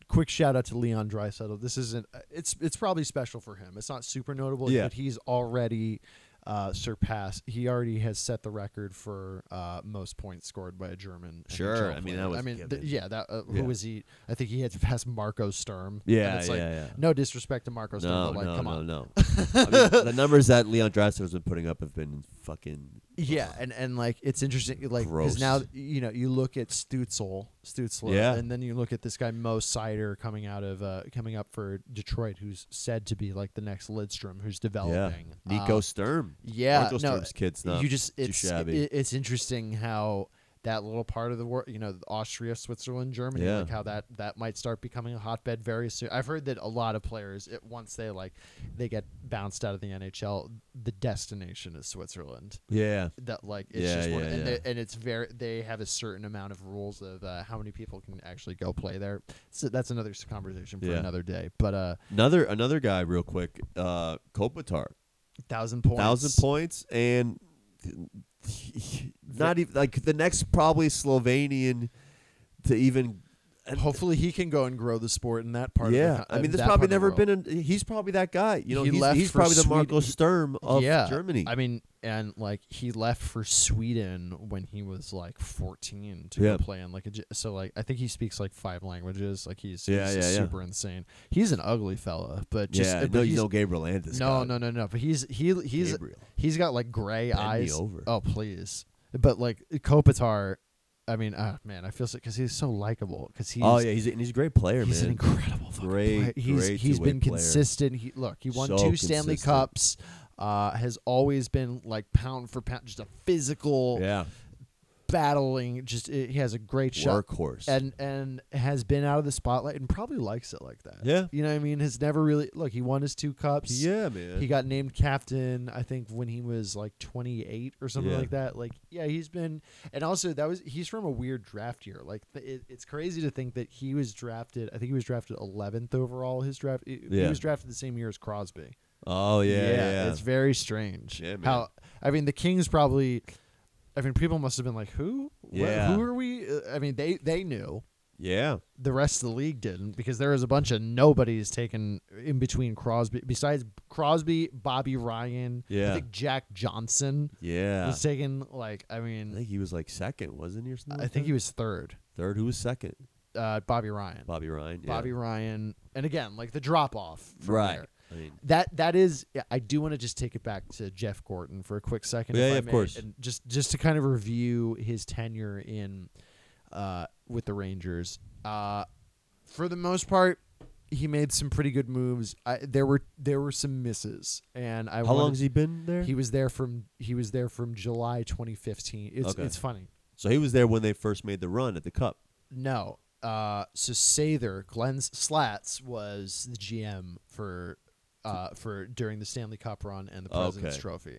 Speaker 1: quick shout out to Leon Drysettle. This isn't uh, it's it's probably special for him. It's not super notable
Speaker 2: Yeah.
Speaker 1: but he's already uh surpassed he already has set the record for uh most points scored by a German
Speaker 2: Sure,
Speaker 1: NHL
Speaker 2: I mean,
Speaker 1: player.
Speaker 2: that was
Speaker 1: I mean
Speaker 2: given.
Speaker 1: th- yeah that uh,
Speaker 2: Yeah.
Speaker 1: who was he I think he had to pass Marco Sturm And
Speaker 2: Yeah,
Speaker 1: it's
Speaker 2: yeah,
Speaker 1: like,
Speaker 2: yeah.
Speaker 1: no disrespect to Marco Sturm
Speaker 2: No,
Speaker 1: but like
Speaker 2: no,
Speaker 1: come
Speaker 2: no,
Speaker 1: on
Speaker 2: no. I mean, the numbers that Leon Draisaitl has been putting up have been fucking.
Speaker 1: Yeah, and, and like it's interesting, like because
Speaker 2: Gross.
Speaker 1: now you know you look at Stutzel, Stutzel,
Speaker 2: Yeah.
Speaker 1: and then you look at this guy Mo Sider coming out of uh, coming up for Detroit, who's said to be like the next Lidstrom, who's
Speaker 2: Yeah,
Speaker 1: developing.
Speaker 2: Nico
Speaker 1: Um,
Speaker 2: Sturm.
Speaker 1: yeah,
Speaker 2: Marco
Speaker 1: no,
Speaker 2: Sturm's kid's not.
Speaker 1: you just it's
Speaker 2: too shabby.
Speaker 1: it- it's interesting how that little part of the world, you know, Austria, Switzerland, Germany,
Speaker 2: Yeah.
Speaker 1: like how that that might start becoming a hotbed very soon. I've heard that a lot of players, it, once they like they get bounced out of the NHL, the destination is Switzerland
Speaker 2: yeah,
Speaker 1: that like it's
Speaker 2: Yeah,
Speaker 1: just one,
Speaker 2: yeah,
Speaker 1: and,
Speaker 2: yeah.
Speaker 1: they- and it's very they have a certain amount of rules of uh, how many people can actually go play there. So that's another s- conversation for
Speaker 2: Yeah.
Speaker 1: another day. But uh,
Speaker 2: another another guy real quick. Uh, Kopitar,
Speaker 1: thousand points,
Speaker 2: thousand points and. Not even like the next probably Slovenian to even uh,
Speaker 1: Hopefully, he can go and grow the sport in that part.
Speaker 2: yeah,
Speaker 1: of the,
Speaker 2: I mean, there's probably never been. An, he's probably that guy. You know,
Speaker 1: He
Speaker 2: he's,
Speaker 1: left
Speaker 2: he's
Speaker 1: for
Speaker 2: probably the
Speaker 1: Sweden.
Speaker 2: Marco Sturm of
Speaker 1: yeah,
Speaker 2: Germany.
Speaker 1: I mean, and like he left for Sweden when he was like 14 to
Speaker 2: Yeah.
Speaker 1: go play in like a. j- So like I think he speaks like five languages. Like he's,
Speaker 2: Yeah,
Speaker 1: he's
Speaker 2: yeah, yeah.
Speaker 1: super insane. He's an ugly fella, but just uh,
Speaker 2: yeah,
Speaker 1: but
Speaker 2: no,
Speaker 1: he's,
Speaker 2: you know Gabriel Landis.
Speaker 1: no, no, no, no. But he's he he's
Speaker 2: Gabriel.
Speaker 1: he's got like gray
Speaker 2: Bend me
Speaker 1: eyes.
Speaker 2: over.
Speaker 1: Oh please, but like Kopitar, I mean, ah man, I feel sick because he's so likable. Because he's
Speaker 2: oh yeah, he's a, and he's a great player,
Speaker 1: he's an
Speaker 2: man.
Speaker 1: incredible fucking
Speaker 2: Great,
Speaker 1: player. He's
Speaker 2: great
Speaker 1: he's been
Speaker 2: two-way player.
Speaker 1: consistent. He look, he won
Speaker 2: So
Speaker 1: two Stanley
Speaker 2: consistent.
Speaker 1: Cups. Uh, has always been like pound for pound, just a physical
Speaker 2: yeah,
Speaker 1: battling. Just he has a great shot
Speaker 2: workhorse.
Speaker 1: and and has been out of the spotlight and probably likes it like that.
Speaker 2: Yeah.
Speaker 1: you know what I mean. Has never really look. He won his two cups.
Speaker 2: yeah, man.
Speaker 1: He got named captain, I think, when he was like 28 or something
Speaker 2: Yeah.
Speaker 1: like that. Like, yeah, he's been, and also that was he's from a weird draft year. Like, th- it, it's crazy to think that he was drafted. I think he was drafted 11th overall. His draft, he- he
Speaker 2: Yeah.
Speaker 1: was drafted the same year as Crosby.
Speaker 2: oh yeah, yeah.
Speaker 1: it's very strange.
Speaker 2: Yeah, man.
Speaker 1: How I mean, the Kings probably. I mean, people must have been like, "Who? What-
Speaker 2: Yeah.
Speaker 1: who are we?" Uh, I mean, they they knew.
Speaker 2: yeah.
Speaker 1: The rest of the league didn't because there was a bunch of nobodies taken in between Crosby. Besides Crosby, Bobby Ryan, I
Speaker 2: Yeah.
Speaker 1: think Jack Johnson
Speaker 2: Yeah.
Speaker 1: was taken. Like, I
Speaker 2: I
Speaker 1: mean,
Speaker 2: think he was like second, wasn't he? Or something
Speaker 1: I think he was third.
Speaker 2: third. Who was second?
Speaker 1: Uh, Bobby Ryan,
Speaker 2: Bobby Ryan. Yeah.
Speaker 1: Bobby Ryan, and again, like the drop off.
Speaker 2: Right.
Speaker 1: There.
Speaker 2: I mean,
Speaker 1: That that is, yeah, I do want to just take it back to Jeff Gordon for a quick second,
Speaker 2: Yeah,
Speaker 1: if I
Speaker 2: yeah, of
Speaker 1: may,
Speaker 2: course.
Speaker 1: and just just to kind of review his tenure in uh, with the Rangers. Uh, for the most part, he made some pretty good moves. I, there were there were some misses, and I
Speaker 2: how
Speaker 1: wanted-
Speaker 2: long's he been there?
Speaker 1: He was there from he was there from July 2015. It's
Speaker 2: Okay.
Speaker 1: it's funny.
Speaker 2: so he was there when they first made the run at the Cup.
Speaker 1: No. Uh, so Sather, Glenn Slats was the GM for uh, for during the Stanley Cup run and the President's
Speaker 2: Okay.
Speaker 1: Trophy.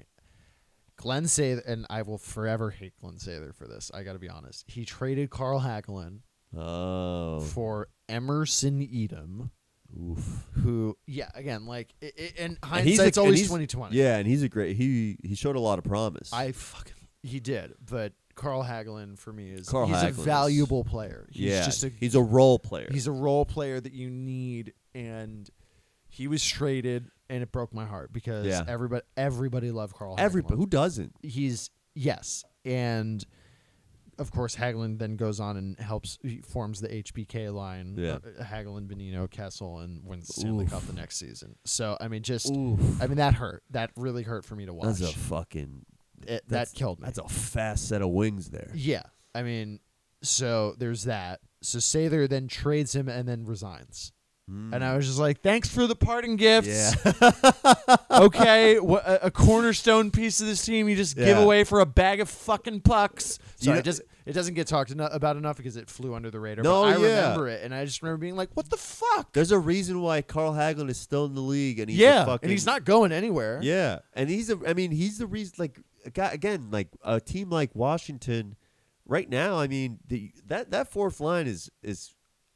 Speaker 1: Glenn Sather, and I will forever hate Glenn Sather for this. I got to be honest. He traded Carl Hagelin
Speaker 2: Oh,
Speaker 1: for Emerson Edom,
Speaker 2: oof.
Speaker 1: who, yeah, again, like, i i and
Speaker 2: And
Speaker 1: hindsight's
Speaker 2: he's like- and
Speaker 1: always
Speaker 2: he's-
Speaker 1: twenty twenty.
Speaker 2: Yeah, and he's a great. He he showed a lot of promise.
Speaker 1: I fucking he did, but Carl Hagelin for me is
Speaker 2: Carl
Speaker 1: he's
Speaker 2: Hagelin
Speaker 1: a
Speaker 2: is-
Speaker 1: valuable player. He's
Speaker 2: yeah,
Speaker 1: just a
Speaker 2: he's a role player.
Speaker 1: He's a role player that you need, and he was traded, and it broke my heart because
Speaker 2: Yeah.
Speaker 1: everybody everybody loved Carl.
Speaker 2: everybody who doesn't.
Speaker 1: Hagelin. he's yes, and of course Hagelin then goes on and helps he forms the HBK line.
Speaker 2: Yeah.
Speaker 1: uh, Hagelin, Benino, Kessel, and wins the Stanley
Speaker 2: Oof.
Speaker 1: Cup the next season. So I mean, just
Speaker 2: Oof.
Speaker 1: I mean that hurt. That really hurt for me to watch.
Speaker 2: That's a fucking.
Speaker 1: It- that
Speaker 2: that's-
Speaker 1: killed me.
Speaker 2: That's a fast set of wings there.
Speaker 1: Yeah. I mean, so there's that. So Sather then trades him and then resigns. And I was just like, thanks for the parting gifts.
Speaker 2: Hmm. Yeah.
Speaker 1: okay, wha- a, a cornerstone piece of this team you just give
Speaker 2: Yeah.
Speaker 1: away for a bag of fucking pucks.
Speaker 2: You
Speaker 1: Sorry,
Speaker 2: know-
Speaker 1: it, does, it doesn't get talked eno- about enough because it flew under the radar.
Speaker 2: No,
Speaker 1: but I
Speaker 2: yeah.
Speaker 1: remember it, and I just remember being like, what the fuck?
Speaker 2: There's a reason why Carl Hagelin is still in the league, and he's a
Speaker 1: yeah,
Speaker 2: fucking,
Speaker 1: and he's not going anywhere.
Speaker 2: Yeah, and he's a. I mean, he's the reason. Like, a guy, again, like a team like Washington, right now. I mean, the, that that fourth line is is.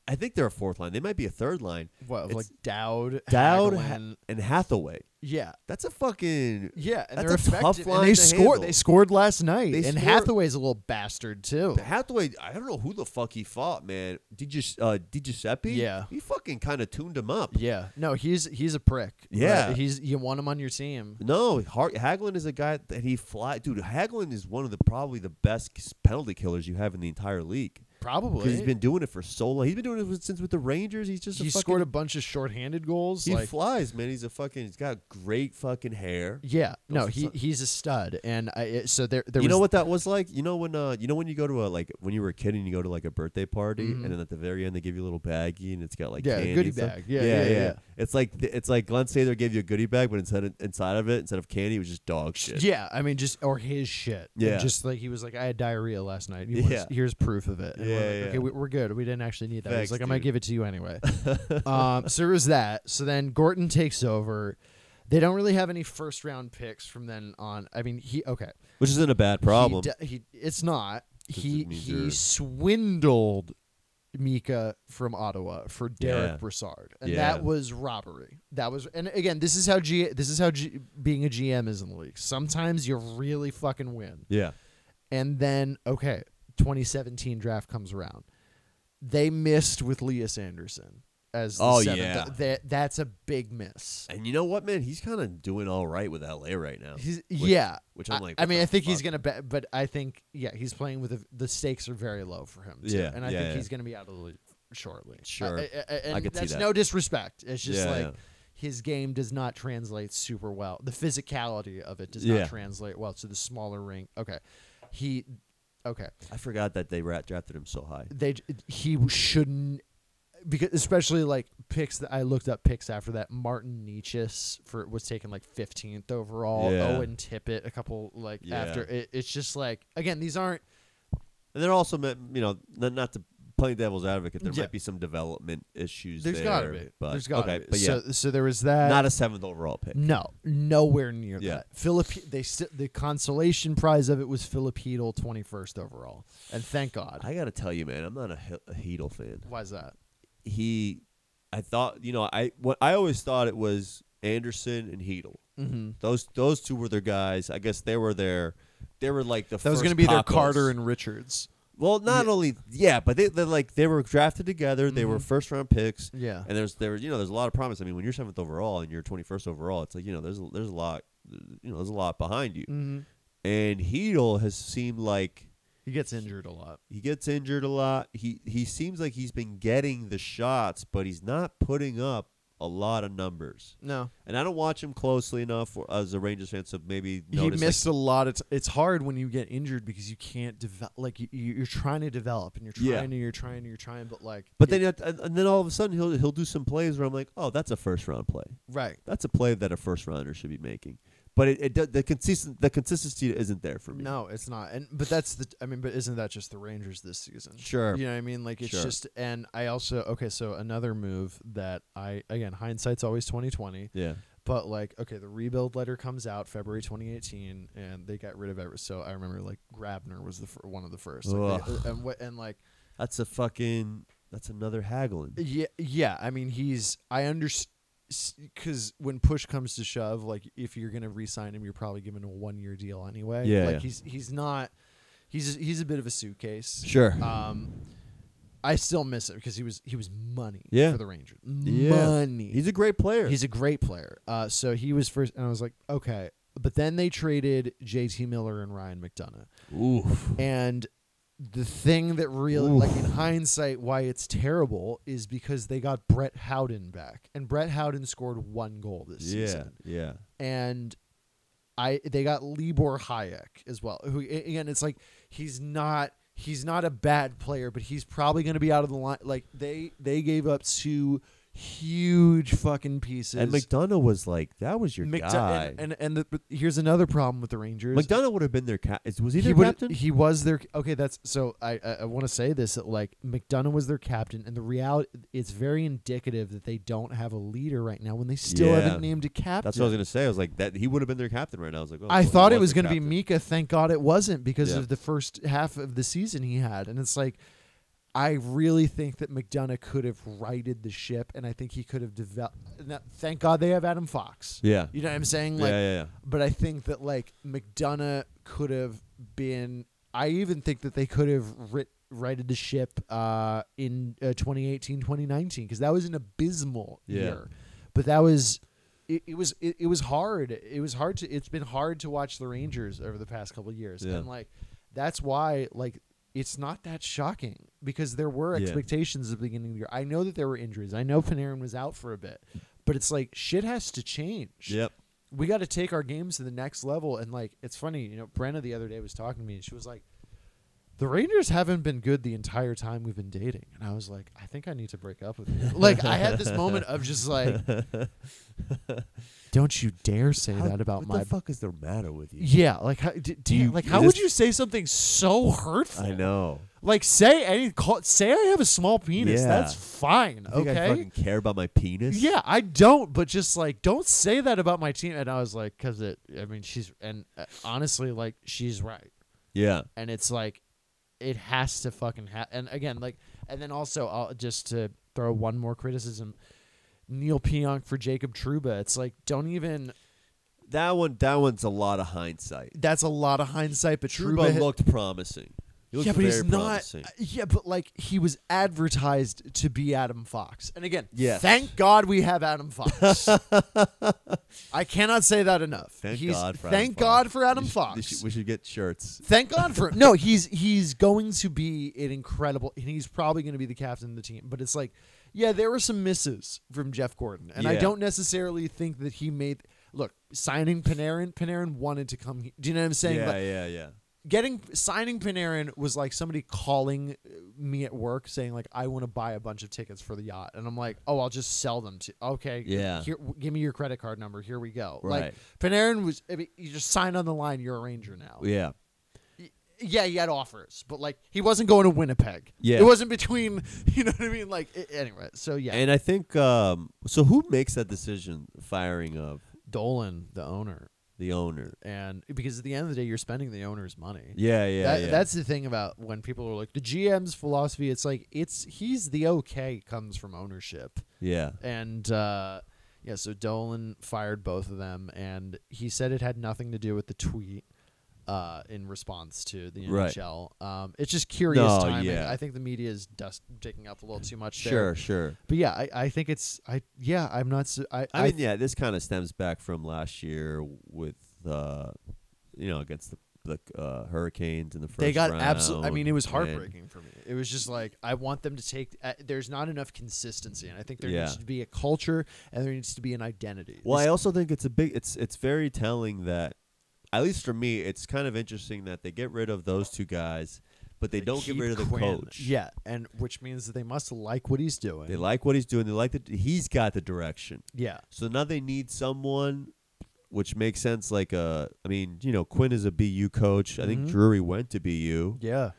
Speaker 2: I think they're a fourth line. They might be a third line.
Speaker 1: What, of,
Speaker 2: It's
Speaker 1: like Dowd,
Speaker 2: Dowd
Speaker 1: Hagelin,
Speaker 2: ha- and Hathaway.
Speaker 1: yeah,
Speaker 2: That's a fucking.
Speaker 1: yeah, and
Speaker 2: That's
Speaker 1: they're
Speaker 2: a tough
Speaker 1: effective.
Speaker 2: line
Speaker 1: and they
Speaker 2: to
Speaker 1: scored.
Speaker 2: handle.
Speaker 1: They scored last night,
Speaker 2: They
Speaker 1: and
Speaker 2: scored-
Speaker 1: Hathaway's a little bastard too.
Speaker 2: Hathaway, I don't know who the fuck he fought, man. Did you, uh, Di Giuseppe?
Speaker 1: Yeah.
Speaker 2: he fucking kind of tuned him up.
Speaker 1: Yeah, no, he's he's a prick.
Speaker 2: Yeah.
Speaker 1: But he's you want him on your team.
Speaker 2: No, Har- Hagelin is a guy that he fly. Dude, Hagelin is one of the probably the best k- penalty killers you have in the entire league
Speaker 1: Probably.
Speaker 2: because he's been doing it for so long. He's been doing it since with the Rangers. He's just a
Speaker 1: he
Speaker 2: fucking,
Speaker 1: scored a bunch of shorthanded goals.
Speaker 2: He
Speaker 1: like,
Speaker 2: flies, man. He's a fucking. He's got great fucking hair.
Speaker 1: yeah, no,
Speaker 2: Those-
Speaker 1: he he's a stud, and I it- so there there
Speaker 2: you
Speaker 1: was,
Speaker 2: know what that was like? You know when uh, you know when you go to a like when you were a kid and you go to like a birthday party and then at the very end they give you a little baggie and it's got like
Speaker 1: Mm-hmm. Yeah, a
Speaker 2: candy
Speaker 1: goodie
Speaker 2: and stuff?
Speaker 1: bag. Yeah, yeah, yeah.
Speaker 2: It's like th- it's like Glenn Sather gave you a goodie bag, but inside inside of it, instead of candy, it was just dog shit.
Speaker 1: Yeah, I mean, just or his shit. And
Speaker 2: Yeah.
Speaker 1: just like he was like, I had diarrhea last night. He wants-
Speaker 2: Yeah.
Speaker 1: here's proof of it. And we're
Speaker 2: Yeah,
Speaker 1: like,
Speaker 2: yeah.
Speaker 1: okay, we, we're good. We didn't actually need that.
Speaker 2: Thanks,
Speaker 1: He's like, I might
Speaker 2: dude.
Speaker 1: give it to you anyway. um, so it was that. So then Gorton takes over. They don't really have any first round picks from then on. I mean, he okay.
Speaker 2: which isn't a bad problem.
Speaker 1: He, de- he it's not. He
Speaker 2: it means
Speaker 1: he
Speaker 2: you're-
Speaker 1: swindled Mika from Ottawa for Derek
Speaker 2: Yeah.
Speaker 1: Broussard, and
Speaker 2: Yeah.
Speaker 1: that was robbery. That was, and again, this is how G. This is how G, being a GM is in the league. Sometimes you really fucking win,
Speaker 2: yeah,
Speaker 1: and then okay, 2017 draft comes around. They missed with Leah Sanderson as the
Speaker 2: Oh,
Speaker 1: seventh.
Speaker 2: yeah.
Speaker 1: That that's a big miss.
Speaker 2: and you know what, man? He's kind of doing all right with LA right now.
Speaker 1: He's,
Speaker 2: Which-
Speaker 1: yeah.
Speaker 2: which I'm
Speaker 1: I-
Speaker 2: like,
Speaker 1: I,
Speaker 2: what
Speaker 1: mean,
Speaker 2: the
Speaker 1: I think he's
Speaker 2: fuck?
Speaker 1: gonna bet, but I think yeah, he's playing with a, the stakes are very low for him. Too,
Speaker 2: Yeah,
Speaker 1: and I
Speaker 2: yeah,
Speaker 1: think
Speaker 2: yeah.
Speaker 1: he's gonna be out of the league shortly.
Speaker 2: Sure.
Speaker 1: I, I- I- and
Speaker 2: could see
Speaker 1: that's
Speaker 2: that.
Speaker 1: no disrespect. It's just
Speaker 2: Yeah,
Speaker 1: like
Speaker 2: yeah.
Speaker 1: his game does not translate super well. The physicality of it does
Speaker 2: Yeah.
Speaker 1: not translate well to the smaller ring. Okay, he, okay,
Speaker 2: I forgot that they rat drafted him so high.
Speaker 1: they j- he shouldn't because especially like picks that I looked up picks after that Martin Nietzsche's for was taken like 15th overall
Speaker 2: Yeah.
Speaker 1: Owen Tippett a couple like
Speaker 2: Yeah.
Speaker 1: after it, it's just like again these aren't
Speaker 2: And they're also, meant, you know, not, not to play devil's advocate, there
Speaker 1: Yeah.
Speaker 2: might be some development issues.
Speaker 1: there's
Speaker 2: there,
Speaker 1: gotta be
Speaker 2: but
Speaker 1: there's gotta
Speaker 2: okay,
Speaker 1: be
Speaker 2: but yeah,
Speaker 1: so so there was that
Speaker 2: not a seventh overall pick.
Speaker 1: no nowhere near
Speaker 2: Yeah.
Speaker 1: that Philip they st- the consolation prize of it was Filipino 21st overall and thank God
Speaker 2: I gotta tell you, man, I'm not a, He- a Heedle fan.
Speaker 1: why is that
Speaker 2: He, I thought, you know, I what I always thought it was Anderson and Heedle.
Speaker 1: mm-hmm.
Speaker 2: Those those two were their guys. I guess they were their, they were like the.
Speaker 1: that was gonna
Speaker 2: going to
Speaker 1: be their Carter and Richards
Speaker 2: well, not only yeah, but they they like they were drafted together. They were first round picks.
Speaker 1: Mm-hmm. yeah
Speaker 2: And there's there you know there's a lot of promise. I mean, when you're seventh overall and you're 21st overall, it's like you know there's there's a lot you know there's a lot behind you.
Speaker 1: mm-hmm.
Speaker 2: And Heedle has seemed like
Speaker 1: he gets injured a lot
Speaker 2: he gets injured a lot. He he seems like he's been getting the shots, but he's not putting up a lot of numbers.
Speaker 1: no
Speaker 2: And I don't watch him closely enough or- as a Rangers fan, so maybe
Speaker 1: he
Speaker 2: notice, like-
Speaker 1: missed a lot. It's it's hard when you get injured because you can't develop. Like you, you- you're trying to develop and you're trying
Speaker 2: Yeah.
Speaker 1: and you're trying and you're trying, but like. it-
Speaker 2: but then at- and and then all of a sudden he'll he'll do some plays where I'm like, oh, that's a first round play.
Speaker 1: right.
Speaker 2: That's a play that a first rounder should be making. But it, it do- the consistent the consistency isn't there for me.
Speaker 1: No, it's not. And but that's the. I mean, but isn't that just the Rangers this season?
Speaker 2: Sure.
Speaker 1: You know what I mean? Like it's
Speaker 2: Sure.
Speaker 1: just. And I also okay. So another move that I again hindsight's always twenty twenty.
Speaker 2: Yeah.
Speaker 1: But like, okay, the rebuild letter comes out February 2018, and they got rid of every. So I remember like Grabner was the fir- one of the first, like, they- uh, and what and like
Speaker 2: That's a fucking. That's another haggling.
Speaker 1: Yeah, yeah. I mean, he's. I understand because when push comes to shove, like if you're gonna re-sign him, you're probably giving him a one-year deal anyway.
Speaker 2: Yeah,
Speaker 1: like
Speaker 2: yeah.
Speaker 1: he's he's not. He's he's a bit of a suitcase.
Speaker 2: Sure.
Speaker 1: Um, I still miss it because he was he was money.
Speaker 2: Yeah.
Speaker 1: for the Rangers,
Speaker 2: Yeah.
Speaker 1: money.
Speaker 2: He's a great player.
Speaker 1: He's a great player. Uh, so he was first, and I was like, okay. But then they traded J.T. Miller and Ryan McDonough.
Speaker 2: Oof.
Speaker 1: And the thing that really,
Speaker 2: Oof.
Speaker 1: like in hindsight, why it's terrible is because they got Brett Howden back, and Brett Howden scored one goal this
Speaker 2: Yeah.
Speaker 1: season,
Speaker 2: Yeah.
Speaker 1: and I they got Libor Hayek as well. Who a- again, it's like he's not he's not a bad player, but he's probably going to be out of the line. Like they they gave up two huge fucking pieces.
Speaker 2: And McDonough was like, that was your
Speaker 1: McDo-
Speaker 2: guy.
Speaker 1: and and, and the, but here's another problem with the Rangers.
Speaker 2: McDonough would have been their captain. Was he
Speaker 1: he
Speaker 2: their
Speaker 1: would-
Speaker 2: captain?
Speaker 1: he was their okay. That's so. I I, I want to say this that like McDonough was their captain, and the reality it's very indicative that they don't have a leader right now when they still
Speaker 2: Yeah.
Speaker 1: haven't named a captain.
Speaker 2: That's what I was gonna say. I was like, that he would have been their captain right now. I was like, oh,
Speaker 1: I
Speaker 2: well,
Speaker 1: thought
Speaker 2: he
Speaker 1: it was
Speaker 2: their
Speaker 1: going to be
Speaker 2: captain.
Speaker 1: Mika. Thank God it wasn't because
Speaker 2: Yeah.
Speaker 1: of the first half of the season he had. And it's like, I really think that McDonough could have righted the ship, and I think he could have developed. Thank God they have Adam Fox.
Speaker 2: Yeah.
Speaker 1: You know what I'm saying?
Speaker 2: Yeah,
Speaker 1: Like,
Speaker 2: yeah, yeah.
Speaker 1: but I think that like McDonough could have been. I even think that they could have writ, righted the ship uh, in uh, 2018, 2019 because that was an abysmal
Speaker 2: Yeah.
Speaker 1: year. But that was it, it was it, it was hard. It was hard to. It's been hard to watch the Rangers over the past couple of years,
Speaker 2: Yeah.
Speaker 1: and like that's why like it's not that shocking because there were
Speaker 2: Yeah.
Speaker 1: expectations at the beginning of the year. I know that there were injuries. I know Panarin was out for a bit, but it's like shit has to change
Speaker 2: Yep.
Speaker 1: we got to take our games to the next level. And like, it's funny, you know, Brenna the other day was talking to me and she was like, the Rangers haven't been good the entire time we've been dating. And I was like, I think I need to break up with you. like, I had this moment of just like, don't you dare say
Speaker 2: How-
Speaker 1: that about
Speaker 2: what
Speaker 1: my.
Speaker 2: the fuck is the matter with you?
Speaker 1: yeah, like, how, d- damn,
Speaker 2: you-
Speaker 1: like,
Speaker 2: you
Speaker 1: how would
Speaker 2: just-
Speaker 1: you say something so hurtful?
Speaker 2: I know.
Speaker 1: Like, say any, call, say I have a small penis.
Speaker 2: Yeah.
Speaker 1: That's fine.
Speaker 2: You think
Speaker 1: okay.
Speaker 2: I fucking care about my penis?
Speaker 1: Yeah, I don't, but just like don't say that about my team. And I was like, because it, I mean, she's and uh, honestly, like she's right,
Speaker 2: Yeah.
Speaker 1: and it's like it has to fucking happen. And again, like, and then also, I'll just to throw one more criticism, Neil Pionk for Jacob Truba. It's like don't even.
Speaker 2: That one. That one's a lot of hindsight.
Speaker 1: That's a lot of hindsight, but Truba,
Speaker 2: Truba
Speaker 1: had-
Speaker 2: looked promising. He looked
Speaker 1: yeah, but
Speaker 2: very
Speaker 1: he's not. uh,
Speaker 2: promising.
Speaker 1: Yeah, but like he was advertised to be Adam Fox, and again,
Speaker 2: Yes.
Speaker 1: thank God we have Adam Fox. I cannot say that enough.
Speaker 2: Thank
Speaker 1: He's-
Speaker 2: God for Adam
Speaker 1: thank
Speaker 2: Fox.
Speaker 1: God for Adam
Speaker 2: We should-
Speaker 1: Fox.
Speaker 2: we should- we should get shirts.
Speaker 1: Thank God for no. He's he's going to be an incredible, and he's probably going to be the captain of the team. But it's like, yeah, there were some misses from Jeff Gordon, and I
Speaker 2: Yeah.
Speaker 1: don't necessarily think that he made. Look, signing Panarin, Panarin wanted to come. Here, do you know what I'm saying?
Speaker 2: Yeah,
Speaker 1: Like,
Speaker 2: yeah, yeah.
Speaker 1: getting signing Panarin was like somebody calling uh, me at work saying like I want to buy a bunch of tickets for the yacht, and I'm like, oh, I'll just sell them to. Okay,
Speaker 2: Yeah.
Speaker 1: Here, w- give me your credit card number. Here we go. Like
Speaker 2: Right.
Speaker 1: Panarin was, I mean, you just signed on the line. You're a Ranger now.
Speaker 2: Yeah.
Speaker 1: Yeah, he had offers, but like he wasn't going to Winnipeg.
Speaker 2: Yeah.
Speaker 1: it wasn't between. You know what I mean? Like a- anyway, so yeah,
Speaker 2: And I think um, so. Who makes that decision? Firing of
Speaker 1: Dolan, the owner,
Speaker 2: the owner.
Speaker 1: and because at the end of the day, you're spending the owner's money.
Speaker 2: Yeah, yeah,
Speaker 1: that,
Speaker 2: yeah.
Speaker 1: That's the thing about when people are like the GM's philosophy. It's like it's he's the okay comes from ownership,
Speaker 2: yeah.
Speaker 1: and uh, yeah. So Dolan fired both of them, and he said it had nothing to do with the tweet uh, in response to the
Speaker 2: Right.
Speaker 1: NHL. Um, it's just curious
Speaker 2: No,
Speaker 1: timing.
Speaker 2: yeah.
Speaker 1: I think the media is dust taking up a little too much.
Speaker 2: Sure,
Speaker 1: there.
Speaker 2: sure.
Speaker 1: but yeah, I, I think it's I yeah I'm not su- I
Speaker 2: I
Speaker 1: I,
Speaker 2: mean, yeah, this kind of stems back from last year with, uh, you know, against the, the uh, Hurricanes in the first.
Speaker 1: they got
Speaker 2: round
Speaker 1: absolutely. I mean, it was
Speaker 2: and-
Speaker 1: heartbreaking for me. It was just like I want them to take. Uh, there's not enough consistency, and I think there
Speaker 2: Yeah.
Speaker 1: needs to be a culture, and there needs to be an identity.
Speaker 2: Well, I
Speaker 1: This-
Speaker 2: also think it's a big. It's it's very telling that, at least for me, it's kind of interesting that they get rid of those two guys, but they, don't get
Speaker 1: keep
Speaker 2: rid of the
Speaker 1: Quinn.
Speaker 2: coach.
Speaker 1: Yeah, and which means that they must like what he's doing.
Speaker 2: They like what he's doing. They like that he's got the direction.
Speaker 1: yeah,
Speaker 2: So now they need someone, which makes sense. Like a, I mean, you know, Quinn is a BU coach. I think
Speaker 1: Mhm.
Speaker 2: Drury went to BU.
Speaker 1: yeah.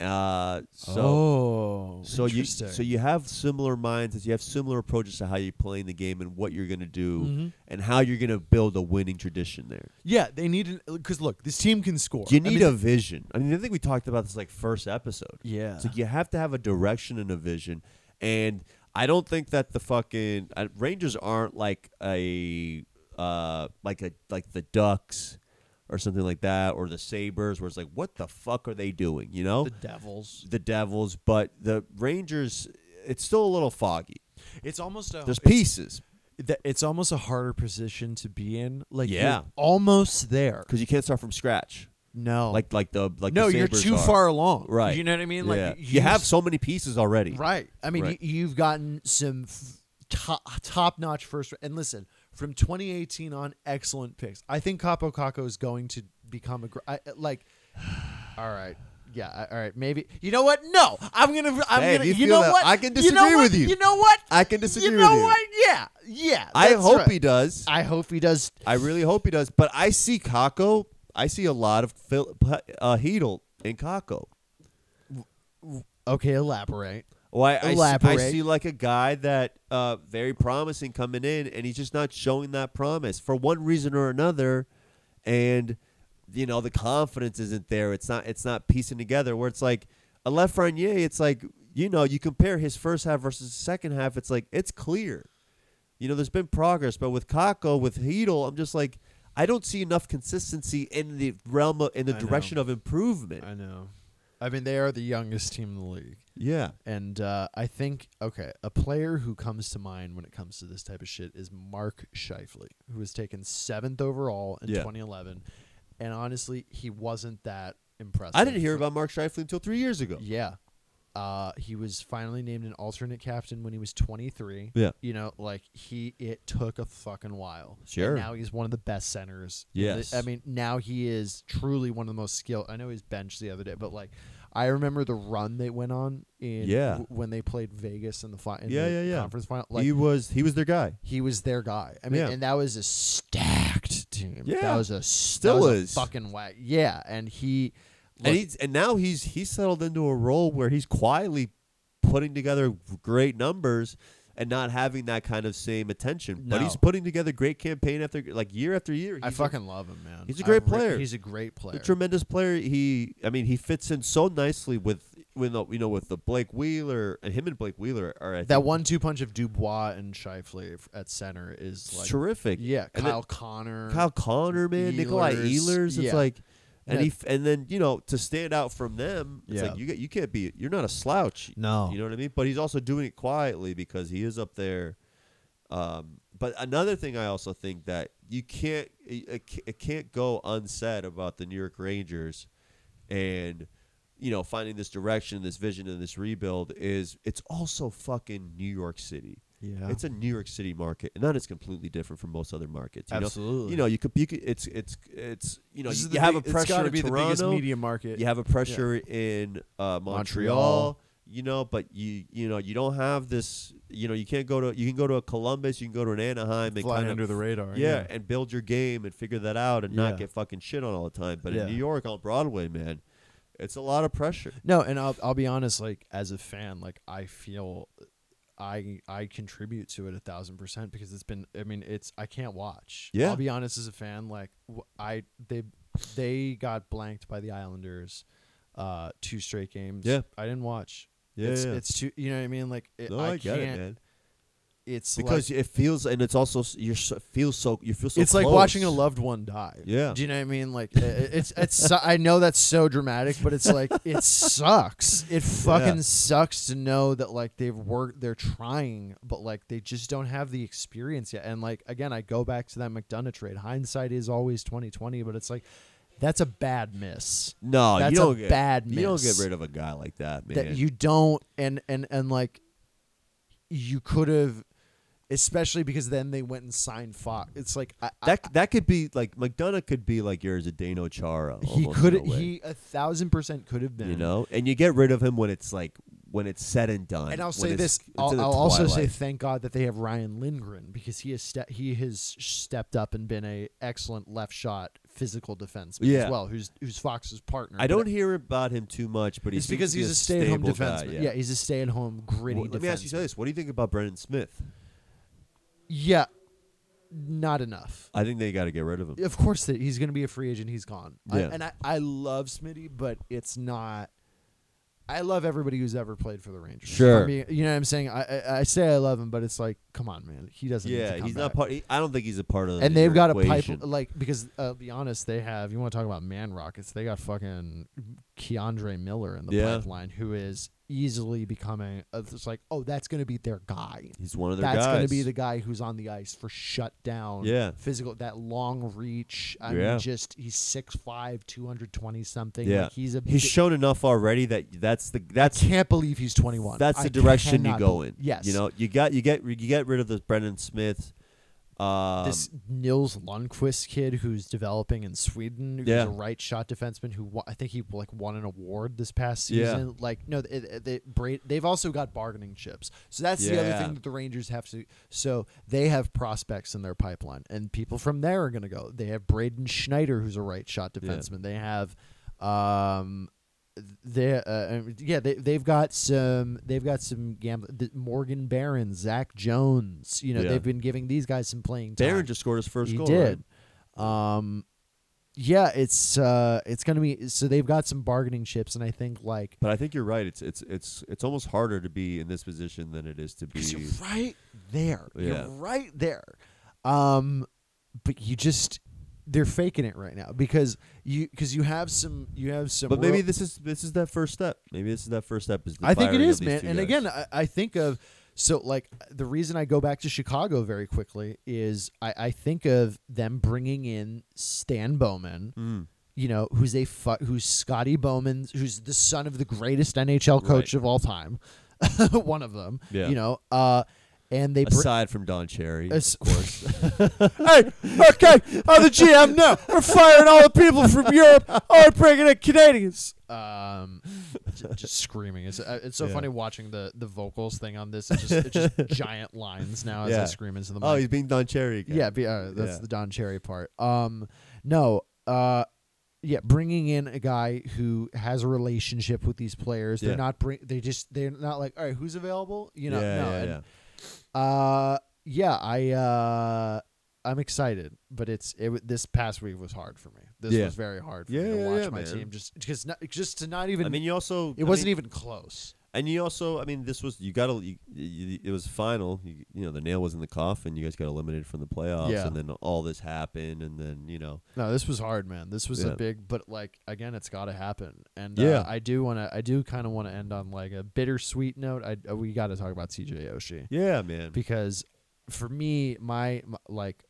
Speaker 2: Uh, so
Speaker 1: oh,
Speaker 2: so you
Speaker 1: interesting.
Speaker 2: so you have similar mindsets. You have similar approaches to how you're playing the game and what you're gonna do
Speaker 1: Mhm.
Speaker 2: and how you're gonna build a winning tradition there.
Speaker 1: yeah, they need because look, this team can score.
Speaker 2: You
Speaker 1: I
Speaker 2: need
Speaker 1: mean,
Speaker 2: a vision. I mean, I think we talked about this like first episode.
Speaker 1: yeah.
Speaker 2: It's like you have to have a direction and a vision. And I don't think that the fucking uh, Rangers aren't like a uh like a like the Ducks or something like that or the Sabers where it's like what the fuck are they doing, you know?
Speaker 1: the Devils.
Speaker 2: The Devils, but the Rangers it's still a little foggy.
Speaker 1: It's almost a
Speaker 2: There's
Speaker 1: Oh, it's-
Speaker 2: pieces
Speaker 1: that it's almost a harder position to be in. Like
Speaker 2: Yeah.
Speaker 1: you're almost there.
Speaker 2: cuz you can't start from scratch.
Speaker 1: No,
Speaker 2: Like like the like
Speaker 1: Oh. no,
Speaker 2: the
Speaker 1: you're
Speaker 2: Sabres
Speaker 1: too
Speaker 2: are.
Speaker 1: far along.
Speaker 2: Right.
Speaker 1: You know what I mean?
Speaker 2: Yeah.
Speaker 1: Like
Speaker 2: you, have so many pieces already.
Speaker 1: right. I mean,
Speaker 2: Right.
Speaker 1: You, you've gotten some f- top top notch first. And listen, from 2018 on, excellent picks. I think Capo Caco is going to become a gr- I, like. uh, All right, yeah, I- all right, maybe. You know what? No, I'm gonna. I'm
Speaker 2: Hey, if
Speaker 1: gonna.
Speaker 2: you
Speaker 1: You,
Speaker 2: feel
Speaker 1: know
Speaker 2: that-
Speaker 1: what?
Speaker 2: I can
Speaker 1: You know
Speaker 2: disagree
Speaker 1: what?
Speaker 2: with you.
Speaker 1: You know what?
Speaker 2: I can disagree
Speaker 1: You know
Speaker 2: with you.
Speaker 1: what? Yeah, yeah.
Speaker 2: I
Speaker 1: that's
Speaker 2: hope
Speaker 1: right.
Speaker 2: he does.
Speaker 1: I hope he does.
Speaker 2: I really hope he does. But I see Kako. I see a lot of Phil, uh, Heedle in Kako.
Speaker 1: Okay, elaborate.
Speaker 2: Why I, s- I
Speaker 1: Elaborate.
Speaker 2: see like a guy that uh, very promising coming in, and he's just not showing that promise for one reason or another, and you know the confidence isn't there. It's not it's not piecing together. Where it's like a Lafreniere, it's like you know you compare his first half versus the second half. It's like it's clear. You know, there's been progress, but with Kako, with Heedle, I'm just like I don't see enough consistency in the realm of, in the
Speaker 1: I know.
Speaker 2: direction of improvement.
Speaker 1: I know. I mean, they are the youngest team in the league.
Speaker 2: yeah.
Speaker 1: And uh, I think, okay, a player who comes to mind when it comes to this type of shit is Mark Shifley, who was taken seventh overall in
Speaker 2: Yeah.
Speaker 1: 2011. And honestly, he wasn't that impressive.
Speaker 2: I didn't hear about Mark Scheifele until three years ago.
Speaker 1: Yeah. Uh, he was finally named an alternate captain when he was 23.
Speaker 2: Yeah.
Speaker 1: You know, like he, it took a fucking while. And
Speaker 2: Sure.
Speaker 1: now he's one of the best centers.
Speaker 2: Yes.
Speaker 1: I mean, now he is truly one of the most skilled. I know he's benched the other day, but like, I remember the run they went on in
Speaker 2: Yeah.
Speaker 1: w- when they played Vegas in the, fi- in
Speaker 2: Yeah,
Speaker 1: the
Speaker 2: yeah, yeah.
Speaker 1: conference final. Like,
Speaker 2: he
Speaker 1: he,
Speaker 2: was he was their guy.
Speaker 1: was their guy. I mean,
Speaker 2: Yeah.
Speaker 1: and that was a stacked team.
Speaker 2: Yeah.
Speaker 1: That was a
Speaker 2: Still
Speaker 1: that was a
Speaker 2: is.
Speaker 1: fucking whack. Yeah. And he,
Speaker 2: and
Speaker 1: look,
Speaker 2: he's and now he's he's settled into a role where he's quietly putting together great numbers and not having that kind of same attention.
Speaker 1: No.
Speaker 2: But he's putting together great campaign after like year after year.
Speaker 1: I
Speaker 2: He's a-
Speaker 1: fucking love him, man.
Speaker 2: he's a
Speaker 1: I
Speaker 2: great
Speaker 1: re-
Speaker 2: player.
Speaker 1: he's a great player.
Speaker 2: a tremendous player. He I mean he fits in so nicely with with the, you know with the Blake Wheeler and him and Blake Wheeler are I
Speaker 1: that
Speaker 2: think,
Speaker 1: one two punch of Dubois and Shifley f- at center is like
Speaker 2: terrific.
Speaker 1: yeah,
Speaker 2: And then-
Speaker 1: Kyle Connor.
Speaker 2: Kyle Connor, man, Nikolai
Speaker 1: Ehlers,
Speaker 2: Ehlers. It's
Speaker 1: yeah.
Speaker 2: like, and
Speaker 1: Yeah.
Speaker 2: he, f- and then you know to stand out from them, it's
Speaker 1: Yeah.
Speaker 2: like you get you can't be you're not a slouch.
Speaker 1: No.
Speaker 2: you know what I mean. But he's also doing it quietly because he is up there. Um, but another thing I also think that you can't it, it ca- it can't go unsaid about the New York Rangers, and you know finding this direction, this vision, and this rebuild is it's also fucking New York City.
Speaker 1: yeah,
Speaker 2: It's a New York City market, and that is completely different from most other markets. You know?
Speaker 1: Absolutely.
Speaker 2: You know, you could, you could it's, it's, it's, you know,
Speaker 1: This
Speaker 2: you,
Speaker 1: is
Speaker 2: you
Speaker 1: the
Speaker 2: have a
Speaker 1: big-
Speaker 2: pressure
Speaker 1: It's got to
Speaker 2: in
Speaker 1: be the biggest
Speaker 2: Toronto,
Speaker 1: media market.
Speaker 2: You have a pressure in uh, Montreal,
Speaker 1: Montreal.
Speaker 2: You know, but you, you know, you don't have this. You know, you can't go to, you can go to a Columbus, you can go to an Anaheim, and
Speaker 1: flying
Speaker 2: kind
Speaker 1: under
Speaker 2: of,
Speaker 1: the radar.
Speaker 2: yeah, and build your game and figure that out and not
Speaker 1: Yeah.
Speaker 2: get fucking shit on all the time. But in
Speaker 1: Yeah.
Speaker 2: New York on Broadway, man, it's a lot of pressure.
Speaker 1: No, and I'll I'll be honest. Like as a fan, like I feel. I I contribute to it a thousand percent because it's been I mean it's I can't watch
Speaker 2: Yeah.
Speaker 1: I'll be honest as a fan like wh- I they they got blanked by the Islanders uh two straight games
Speaker 2: Yeah.
Speaker 1: I didn't watch
Speaker 2: Yeah,
Speaker 1: it's,
Speaker 2: yeah.
Speaker 1: it's too you know what I mean like it,
Speaker 2: no,
Speaker 1: I,
Speaker 2: I, get it,
Speaker 1: can't-
Speaker 2: man.
Speaker 1: it's
Speaker 2: Because
Speaker 1: like,
Speaker 2: it feels, and it's also s- you're so, feels so you feel so.
Speaker 1: it's like watching a
Speaker 2: close.
Speaker 1: loved one die.
Speaker 2: Yeah.
Speaker 1: do you know what I mean? Like i- i- it's it's so- I know that's so dramatic, but it's like it sucks. It fucking sucks to know that like they've worked, they're trying, but like they just don't have the experience yet. And like again, I go back to that McDonough trade. Hindsight is always twenty twenty, but it's like that's a bad miss.
Speaker 2: No,
Speaker 1: That's
Speaker 2: you
Speaker 1: a
Speaker 2: don't get,
Speaker 1: bad
Speaker 2: You don't get
Speaker 1: miss.
Speaker 2: rid of a guy like that, man.
Speaker 1: that you don't and and and like you could have especially because then they went and signed Fox. It's like I, I-
Speaker 2: that that could be like McDonough could be like yours a Dano Chara.
Speaker 1: he
Speaker 2: almost
Speaker 1: could
Speaker 2: in a way,
Speaker 1: he a thousand percent could have been
Speaker 2: you know, and you get rid of him when it's like when it's said and done.
Speaker 1: and I'll
Speaker 2: when
Speaker 1: say
Speaker 2: it's-
Speaker 1: this:
Speaker 2: it's
Speaker 1: I'll,
Speaker 2: in the
Speaker 1: I'll also say
Speaker 2: twilight.
Speaker 1: thank God that they have Ryan Lindgren because he has ste- he has stepped up and been a excellent left shot physical defenseman
Speaker 2: Yeah.
Speaker 1: as well. Who's who's Fox's partner?
Speaker 2: I
Speaker 1: But
Speaker 2: don't hear about him too much, but he
Speaker 1: It's
Speaker 2: seems
Speaker 1: because
Speaker 2: to be
Speaker 1: he's
Speaker 2: a
Speaker 1: a stay-at-home
Speaker 2: stable guy,
Speaker 1: defenseman. yeah, he's a stay-at-home gritty.
Speaker 2: Well, let me ask you
Speaker 1: defenseman.
Speaker 2: this: What do you think about Brendan Smith?
Speaker 1: Yeah, not enough.
Speaker 2: I think they got to get rid of him.
Speaker 1: Of course, that he's going to be a free agent. He's gone. I-
Speaker 2: Yeah.
Speaker 1: and I, I love Smitty, but it's not. I love everybody who's ever played for the Rangers. If
Speaker 2: Sure.
Speaker 1: I'm being- you know what I'm saying. I, I I say I love him, but it's like, come on, man. He doesn't. need to
Speaker 2: Yeah,
Speaker 1: come
Speaker 2: he's not
Speaker 1: back.
Speaker 2: part. He, I don't think he's a part of.
Speaker 1: And they've got
Speaker 2: a
Speaker 1: a pipe like because uh, I'll be honest, they have. You want to talk about man rockets? They got fucking Keandre Miller in the
Speaker 2: Yeah.
Speaker 1: pipeline, who is easily becoming. uh, It's like, oh, that's going to be their guy.
Speaker 2: He's one of their
Speaker 1: That's
Speaker 2: guys.
Speaker 1: to be the guy who's on the ice for shutdown.
Speaker 2: Yeah.
Speaker 1: Physical, that long reach. I
Speaker 2: Yeah.
Speaker 1: mean, just, he's 6'5, 220 something.
Speaker 2: Yeah.
Speaker 1: Like, he's a.
Speaker 2: He's
Speaker 1: bi-
Speaker 2: shown enough already that that's the that's
Speaker 1: can't believe he's 21.
Speaker 2: That's
Speaker 1: I
Speaker 2: the direction you
Speaker 1: cannot
Speaker 2: go
Speaker 1: bel-
Speaker 2: in.
Speaker 1: Yes.
Speaker 2: You know, you got you get you get rid of the Brendan Smith. Um,
Speaker 1: this Nils Lundqvist kid who's developing in Sweden, who's
Speaker 2: Yeah.
Speaker 1: a right shot defenseman who wa- I think he like won an award this past
Speaker 2: Yeah.
Speaker 1: season. Like no, it, it, they Bra- they've also got bargaining chips. So that's the other
Speaker 2: Yeah.
Speaker 1: thing that the Rangers have to. So they have prospects in their pipeline, and people from there are going to go. They have Braden Schneider, who's a right shot defenseman. They have. Um, they uh, yeah they they've got some they've got some gamble the, Morgan Barron Zach Jones you know
Speaker 2: Yeah.
Speaker 1: they've been giving these guys some playing time.
Speaker 2: Barron just scored his first
Speaker 1: he
Speaker 2: goal. right?
Speaker 1: did. Um, yeah, it's uh, it's gonna be so they've got some bargaining chips, and I think like
Speaker 2: But I think you're right. It's it's it's it's almost harder to be in this position than it is to be.
Speaker 1: because you're right there,
Speaker 2: Yeah.
Speaker 1: you're right there. Um, but you just they're faking it right now because you because you have some you have some.
Speaker 2: But maybe
Speaker 1: real-
Speaker 2: this is this is that first step. Maybe this is that first step. Is the
Speaker 1: I think it
Speaker 2: firing of
Speaker 1: is,
Speaker 2: these
Speaker 1: man.
Speaker 2: two
Speaker 1: And
Speaker 2: guys.
Speaker 1: again, uh, I, I think of so like the reason I go back to Chicago very quickly is I, I think of them bringing in Stan Bowman,
Speaker 2: Mm.
Speaker 1: you know, who's a fu- who's Scotty Bowman, who's the son of the greatest NHL coach of all time, one of them,
Speaker 2: Yeah.
Speaker 1: you know, uh, and they bring.
Speaker 2: aside from Don Cherry,
Speaker 1: As-
Speaker 2: of course.
Speaker 1: hey, okay, I'm the GM now. We're firing all the people from Europe. I'm bringing in Canadians. Um, j- just screaming. It's uh, it's so
Speaker 2: Yeah.
Speaker 1: funny watching the the vocals thing on this. It's just, it's just giant lines now as I
Speaker 2: Yeah.
Speaker 1: scream into the mic.
Speaker 2: oh, he's being Don Cherry again.
Speaker 1: yeah, be, uh, that's
Speaker 2: Yeah.
Speaker 1: the Don Cherry part. Um, no, uh, yeah, bringing in a guy who has a relationship with these players.
Speaker 2: Yeah.
Speaker 1: They're not bring. They just they're not like all right, who's available? You know,
Speaker 2: yeah,
Speaker 1: no,
Speaker 2: yeah,
Speaker 1: and-
Speaker 2: yeah.
Speaker 1: uh, yeah, I uh, I'm excited, but it's it. w- This past week was hard for me. This
Speaker 2: Yeah.
Speaker 1: was very hard for
Speaker 2: Yeah,
Speaker 1: me to
Speaker 2: yeah,
Speaker 1: watch
Speaker 2: yeah,
Speaker 1: my
Speaker 2: man.
Speaker 1: team just because not, just to not even.
Speaker 2: I mean, you also.
Speaker 1: it wasn't even close.
Speaker 2: And you also, I mean, this was you got to. You, you, it was final. You, you know, the nail was in the coffin. You guys got eliminated from the playoffs,
Speaker 1: Yeah.
Speaker 2: and then all this happened, and then you know,
Speaker 1: No, this was hard, man. This was
Speaker 2: Yeah.
Speaker 1: a big, but like again, it's got to happen. And
Speaker 2: Yeah.
Speaker 1: uh, I do want to. I do kind of want to end on like a bittersweet note. I uh, we got to talk about CJ Oshie
Speaker 2: yeah, man,
Speaker 1: because for me, my, my like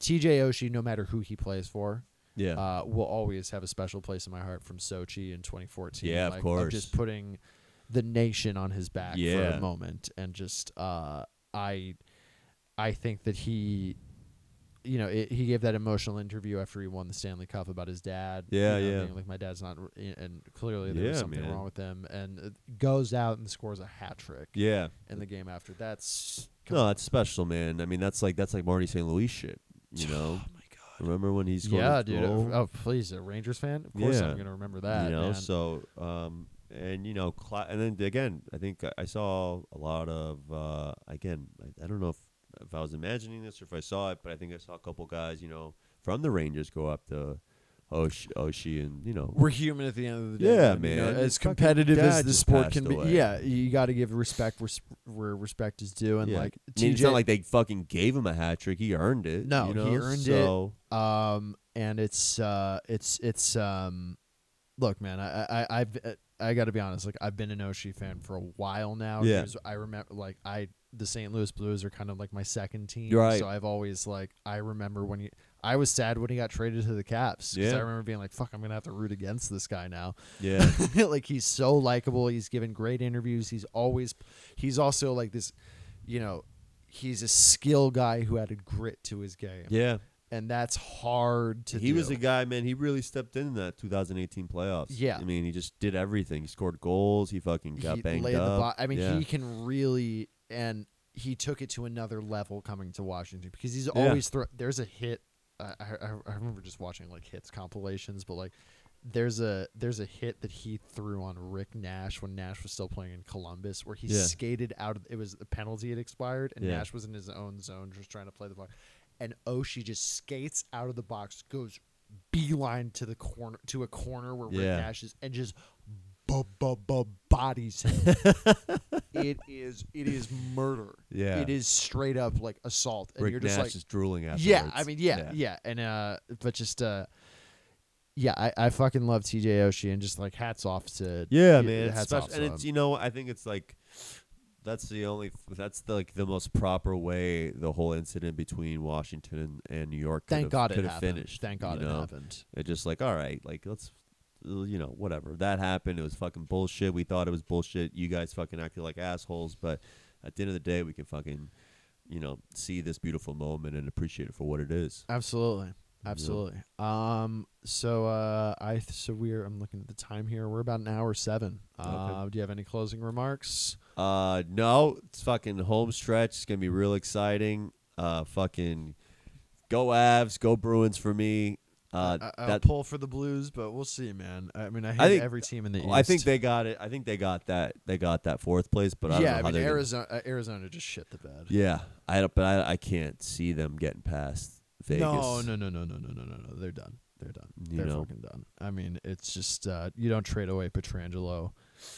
Speaker 1: TJ Oshie, no matter who he plays for,
Speaker 2: yeah,
Speaker 1: uh, will always have a special place in my heart from Sochi in 2014.
Speaker 2: Yeah, of
Speaker 1: Like,
Speaker 2: course.
Speaker 1: just putting the nation on his back for
Speaker 2: Yeah.
Speaker 1: a moment, and just uh, I, I think that he, you know, it, he gave that emotional interview after he won the Stanley Cup about his dad. you
Speaker 2: Yeah,
Speaker 1: know,
Speaker 2: yeah.
Speaker 1: being like my dad's not, r- and clearly there was
Speaker 2: Yeah,
Speaker 1: something
Speaker 2: man.
Speaker 1: wrong with him, and uh, goes out and scores a hat trick
Speaker 2: yeah.
Speaker 1: in the game after. That's
Speaker 2: No, that's special, man. I mean, that's like that's like Marty St. Louis shit. You know,
Speaker 1: Oh my god.
Speaker 2: remember when he scored?
Speaker 1: Yeah,
Speaker 2: his
Speaker 1: dude.
Speaker 2: goal?
Speaker 1: Oh, please, a Rangers fan. Of course,
Speaker 2: Yeah.
Speaker 1: I'm gonna remember that.
Speaker 2: you know,
Speaker 1: man.
Speaker 2: so um, and you know, cla- and then again, I think I- I saw a lot of uh, again, I, I don't know if if I was imagining this or if I saw it, but I think I saw a couple guys, you know, from the Rangers go up to Osh- Oshie and you know,
Speaker 1: we're human at the end of the day.
Speaker 2: Yeah,
Speaker 1: and, you know,
Speaker 2: man.
Speaker 1: as
Speaker 2: His fucking
Speaker 1: competitive as
Speaker 2: dad
Speaker 1: the
Speaker 2: just
Speaker 1: sport
Speaker 2: passed
Speaker 1: can be,
Speaker 2: away.
Speaker 1: yeah, you got to give respect where, sp- where respect is due. And
Speaker 2: yeah.
Speaker 1: like
Speaker 2: I mean,
Speaker 1: TJ,
Speaker 2: it's not like they fucking gave him a hat trick. He earned it.
Speaker 1: No, he
Speaker 2: you know?
Speaker 1: earned it.
Speaker 2: so,
Speaker 1: um, and it's uh, it's it's um, look, man, I I I've, uh, I got to be honest, like I've been an Oshie fan for a while now.
Speaker 2: Yeah.
Speaker 1: 'cause I remember like I the St. Louis Blues are kind of like my second team,
Speaker 2: Right.
Speaker 1: so I've always like I remember when he. I was sad when he got traded to the Caps 'cause
Speaker 2: Yeah.
Speaker 1: I remember being like, "Fuck, I'm gonna have to root against this guy now."
Speaker 2: Yeah,
Speaker 1: like he's so likable. He's given great interviews. He's always he's also like this, you know, he's a skill guy who added grit to his game.
Speaker 2: yeah.
Speaker 1: And that's hard to
Speaker 2: he
Speaker 1: do.
Speaker 2: was a guy, man. He really stepped in that 2018 playoffs.
Speaker 1: Yeah.
Speaker 2: I mean, he just did everything. He scored goals. He fucking got
Speaker 1: he
Speaker 2: banged
Speaker 1: laid
Speaker 2: up.
Speaker 1: The bo- I mean,
Speaker 2: Yeah.
Speaker 1: he can really and he took it to another level coming to Washington because he's
Speaker 2: Yeah.
Speaker 1: always throw. There's a hit. I, I I remember just watching like hits compilations, but like there's a there's a hit that he threw on Rick Nash when Nash was still playing in Columbus, where he
Speaker 2: Yeah.
Speaker 1: skated out of it was the penalty had expired and
Speaker 2: Yeah.
Speaker 1: Nash was in his own zone just trying to play the puck, and Oshie just skates out of the box, goes beeline to the corner to a corner where
Speaker 2: Yeah.
Speaker 1: Rick Nash is and just bu- bu- bu- bodies him. it is it is murder.
Speaker 2: Yeah.
Speaker 1: It is straight up like assault. And
Speaker 2: Rick
Speaker 1: you're just
Speaker 2: Nash
Speaker 1: like
Speaker 2: is drooling afterwards.
Speaker 1: Yeah, I mean yeah, yeah, And uh but just uh yeah, I, I fucking love TJ Oshie and just like hats off to
Speaker 2: Yeah,
Speaker 1: y-
Speaker 2: man. It's
Speaker 1: hats
Speaker 2: special,
Speaker 1: off to
Speaker 2: and it's
Speaker 1: him.
Speaker 2: you know, I think it's like that's the only that's the, like the most proper way the whole incident between Washington and, and New York could
Speaker 1: Thank
Speaker 2: have,
Speaker 1: God it
Speaker 2: could have
Speaker 1: happened.
Speaker 2: finished.
Speaker 1: Thank God
Speaker 2: you
Speaker 1: it
Speaker 2: know?
Speaker 1: happened.
Speaker 2: It just like all right, like let's uh, you know whatever that happened. It was fucking bullshit. We thought it was bullshit. You guys fucking acted like assholes, but at the end of the day, we can fucking you know, see this beautiful moment and appreciate it for what it is.
Speaker 1: Absolutely. Absolutely. Um. So, uh, I so we're I'm looking at the time here. We're about an hour seven. Uh, Do you have any closing remarks?
Speaker 2: Uh, no, it's fucking home stretch. It's gonna be real exciting. Uh, fucking go Avs, go Bruins for me. Uh,
Speaker 1: I, I'll
Speaker 2: that-
Speaker 1: pull for the Blues, but we'll see, man. I mean, I hate
Speaker 2: think-
Speaker 1: every team in the East.
Speaker 2: I think they got it. I think they got that. They got that fourth place, but I don't know
Speaker 1: yeah, I
Speaker 2: how
Speaker 1: mean,
Speaker 2: they're gonna-
Speaker 1: Arizona, uh, Arizona just shit the bed.
Speaker 2: Yeah, I don't, but I, I can't see them getting past Vegas.
Speaker 1: No, no, no, no, no, no, no, no, no. They're done. They're done.
Speaker 2: You
Speaker 1: They're
Speaker 2: know.
Speaker 1: fucking done. I mean, it's just uh, you don't trade away Petrangelo.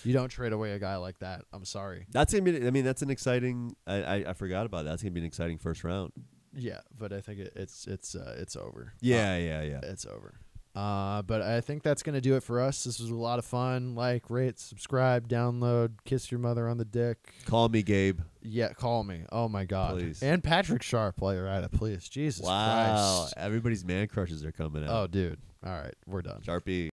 Speaker 1: You don't trade away a guy like that. I'm sorry.
Speaker 2: That's gonna be. I mean, that's an exciting. I, I, I forgot about that. That's gonna be an exciting first round.
Speaker 1: Yeah, but I think it, it's it's uh, it's over.
Speaker 2: Yeah, yeah, yeah.
Speaker 1: it's over. Uh, but I think that's gonna do it for us. This was a lot of fun. Like, rate, subscribe, download, kiss your mother on the dick.
Speaker 2: Call me Gabe.
Speaker 1: Yeah, call me. Oh my god.
Speaker 2: Please.
Speaker 1: And Patrick Sharp, while you're at it, please. Jesus
Speaker 2: wow,
Speaker 1: Christ.
Speaker 2: everybody's man crushes are coming out.
Speaker 1: Oh, dude. All right, we're done.
Speaker 2: Sharpie.